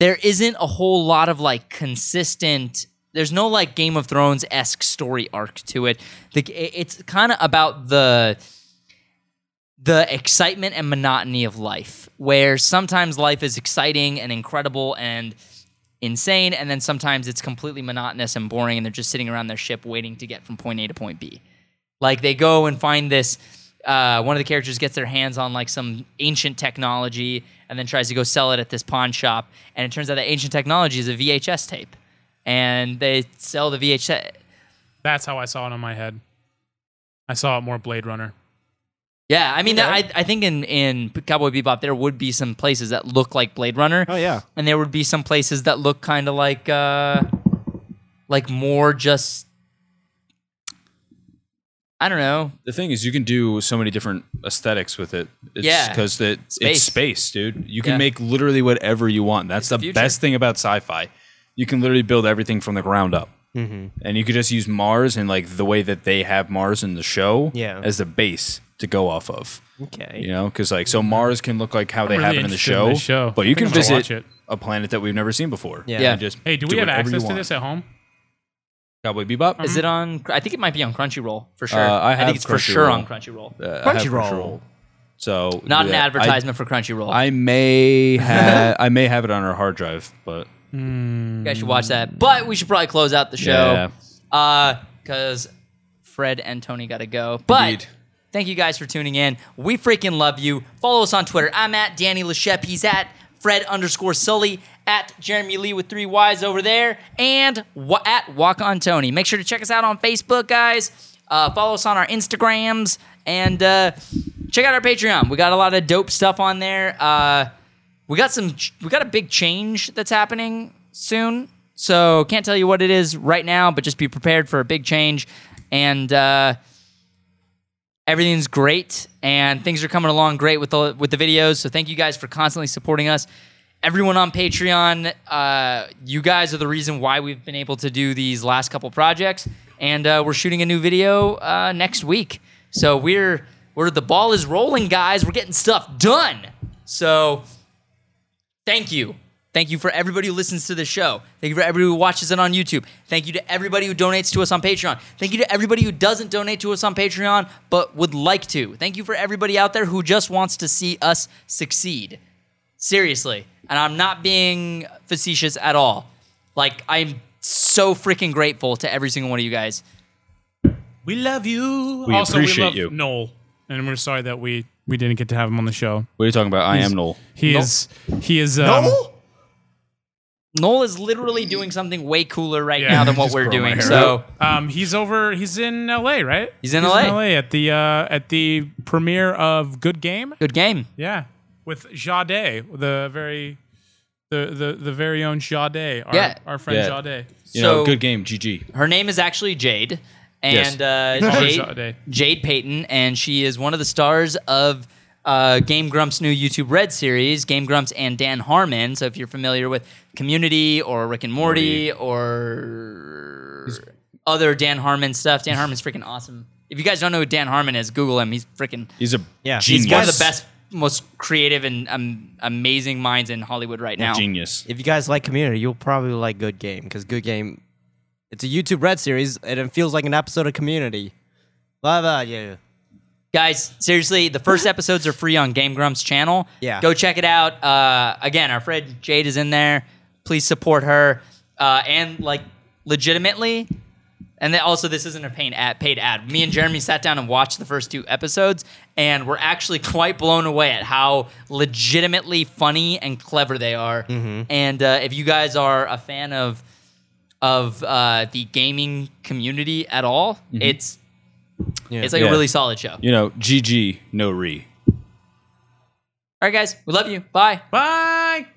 Speaker 1: there isn't a whole lot of like consistent. There's no like Game of Thrones esque story arc to it. The, it- it's kind of about the the excitement and monotony of life, where sometimes life is exciting and incredible and insane, and then sometimes it's completely monotonous and boring, and they're just sitting around their ship waiting to get from point A to point B. Like they go and find this. Uh, one of the characters gets their hands on like some ancient technology and then tries to go sell it at this pawn shop. And it turns out that ancient technology is a VHS tape, and they sell the VHS.
Speaker 2: That's how I saw it on my head. I saw it more Blade Runner.
Speaker 1: Yeah, I mean, I, I think in, in Cowboy Bebop there would be some places that look like Blade Runner.
Speaker 3: Oh, yeah.
Speaker 1: and there would be some places that look kind of like uh, like more just I don't know.
Speaker 4: The thing is, you can do so many different aesthetics with it. It's
Speaker 1: Yeah.
Speaker 4: because that
Speaker 1: Space.
Speaker 4: it's space, dude. You can
Speaker 1: Yeah.
Speaker 4: make literally whatever you want. That's the
Speaker 1: the future.
Speaker 4: best thing about sci-fi. You can literally build everything from the ground up, and you could just use Mars and like the way that they have Mars in the show
Speaker 3: Yeah.
Speaker 4: as the base to go off of.
Speaker 3: Okay.
Speaker 4: You know, because like so Mars can look like how they have
Speaker 2: really
Speaker 4: it in the
Speaker 2: interested in
Speaker 4: show,
Speaker 2: this show.
Speaker 4: but
Speaker 2: I
Speaker 4: you
Speaker 2: think
Speaker 4: can
Speaker 2: I'm gonna watch
Speaker 4: visit
Speaker 2: it.
Speaker 4: a planet that we've never seen before.
Speaker 3: Yeah.
Speaker 4: and
Speaker 1: Yeah.
Speaker 4: just
Speaker 2: Hey, do we have access to this at home?
Speaker 4: Cowboy Bebop?
Speaker 3: Um, Mm-hmm.
Speaker 1: Is it on? I think it might be on Crunchyroll for sure.
Speaker 4: Uh, I have
Speaker 1: think it's for sure
Speaker 4: Crunchyroll.
Speaker 1: on Crunchyroll.
Speaker 4: Uh, I have
Speaker 3: Crunchyroll.
Speaker 4: control. So
Speaker 1: Not an
Speaker 4: yeah, I-
Speaker 1: advertisement for Crunchyroll.
Speaker 4: I may have I may have it on our hard drive, but
Speaker 1: you guys should watch that. But we should probably close out the show because Fred and Tony got to go. But
Speaker 4: Indeed.
Speaker 1: thank you guys for tuning in. We freaking love you. Follow us on Twitter. I'm at Danny Leshep. He's at Fred underscore Sully at Jeremy Lee with three Y's over there and wa- at Walk on Tony. Make sure to check us out on Facebook, guys. Uh, follow us on our Instagrams and uh, check out our Patreon. We got a lot of dope stuff on there. Uh, we got some we got a big change that's happening soon so can't tell you what it is right now but just be prepared for a big change and uh, everything's great and things are coming along great with the with the videos so thank you guys for constantly supporting us everyone on patreon uh, you guys are the reason why we've been able to do these last couple projects and uh, we're shooting a new video uh, next week so we're we're the ball is rolling guys we're getting stuff done so Thank you. Thank you for everybody who listens to the show. Thank you for everybody who watches it on YouTube. Thank you to everybody who donates to us on Patreon. Thank you to everybody who doesn't donate to us on Patreon but would like to. Thank you for everybody out there who just wants to see us succeed. Seriously. And I'm not being facetious at all. Like, I'm so freaking grateful to every single one of you guys.
Speaker 2: We love you.
Speaker 4: We
Speaker 2: also,
Speaker 4: appreciate
Speaker 2: we love
Speaker 4: you.
Speaker 2: Noel, and we're sorry that we we didn't get to have him on the show.
Speaker 4: what are you talking about? I am Noel.
Speaker 2: He
Speaker 1: Noel.
Speaker 2: is he is um,
Speaker 1: Noel is literally doing something way cooler right
Speaker 2: Yeah,
Speaker 1: now than what
Speaker 2: just
Speaker 1: we're
Speaker 4: grow my
Speaker 1: doing.
Speaker 4: hair
Speaker 1: So,
Speaker 2: um he's over he's in L.A. right?
Speaker 1: He's in
Speaker 2: In
Speaker 1: LA.
Speaker 2: L.A. at the uh, at the premiere of Good Game.
Speaker 1: good game.
Speaker 2: Yeah, with Jade, the very the the, the very own Jade, our,
Speaker 1: Yeah.
Speaker 2: our friend
Speaker 4: Yeah.
Speaker 2: Jade.
Speaker 4: You know,
Speaker 1: So-
Speaker 4: good game, GG.
Speaker 1: Her name is actually Jade, and
Speaker 4: Yes.
Speaker 1: uh,
Speaker 2: her
Speaker 1: Jade,
Speaker 2: Sade.
Speaker 1: Jade Payton, and she is one of the stars of uh, Game Grumps' new YouTube Red series, Game Grumps and Dan Harmon. So if you're familiar with Community or Rick and Morty or other Dan Harmon stuff, Dan Harmon's freaking awesome. If you guys don't know who Dan Harmon is, Google him. He's freaking
Speaker 4: He's a
Speaker 3: Yeah.
Speaker 4: genius.
Speaker 1: he's one of the best most creative and um, amazing minds in Hollywood right now.
Speaker 4: Genius.
Speaker 3: If you guys like Community, you'll probably like Good Game because Good Game, it's a YouTube Red series and it feels like an episode of Community. Blah blah yeah.
Speaker 1: Guys, seriously, the first episodes are free on Game Grumps channel.
Speaker 3: Yeah.
Speaker 1: Go check it out. Uh, again, our friend Jade is in there. Please support her. Uh, and, like, legitimately, and then also this isn't a paid ad, paid ad. Me and Jeremy sat down and watched the first two episodes, and we're actually quite blown away at how legitimately funny and clever they are. And uh, if you guys are a fan of of uh, the gaming community at all, it's it's like
Speaker 4: Yeah.
Speaker 1: a really solid show.
Speaker 4: You know, GG, no re.
Speaker 1: All right, guys. We love you. Bye.
Speaker 2: Bye.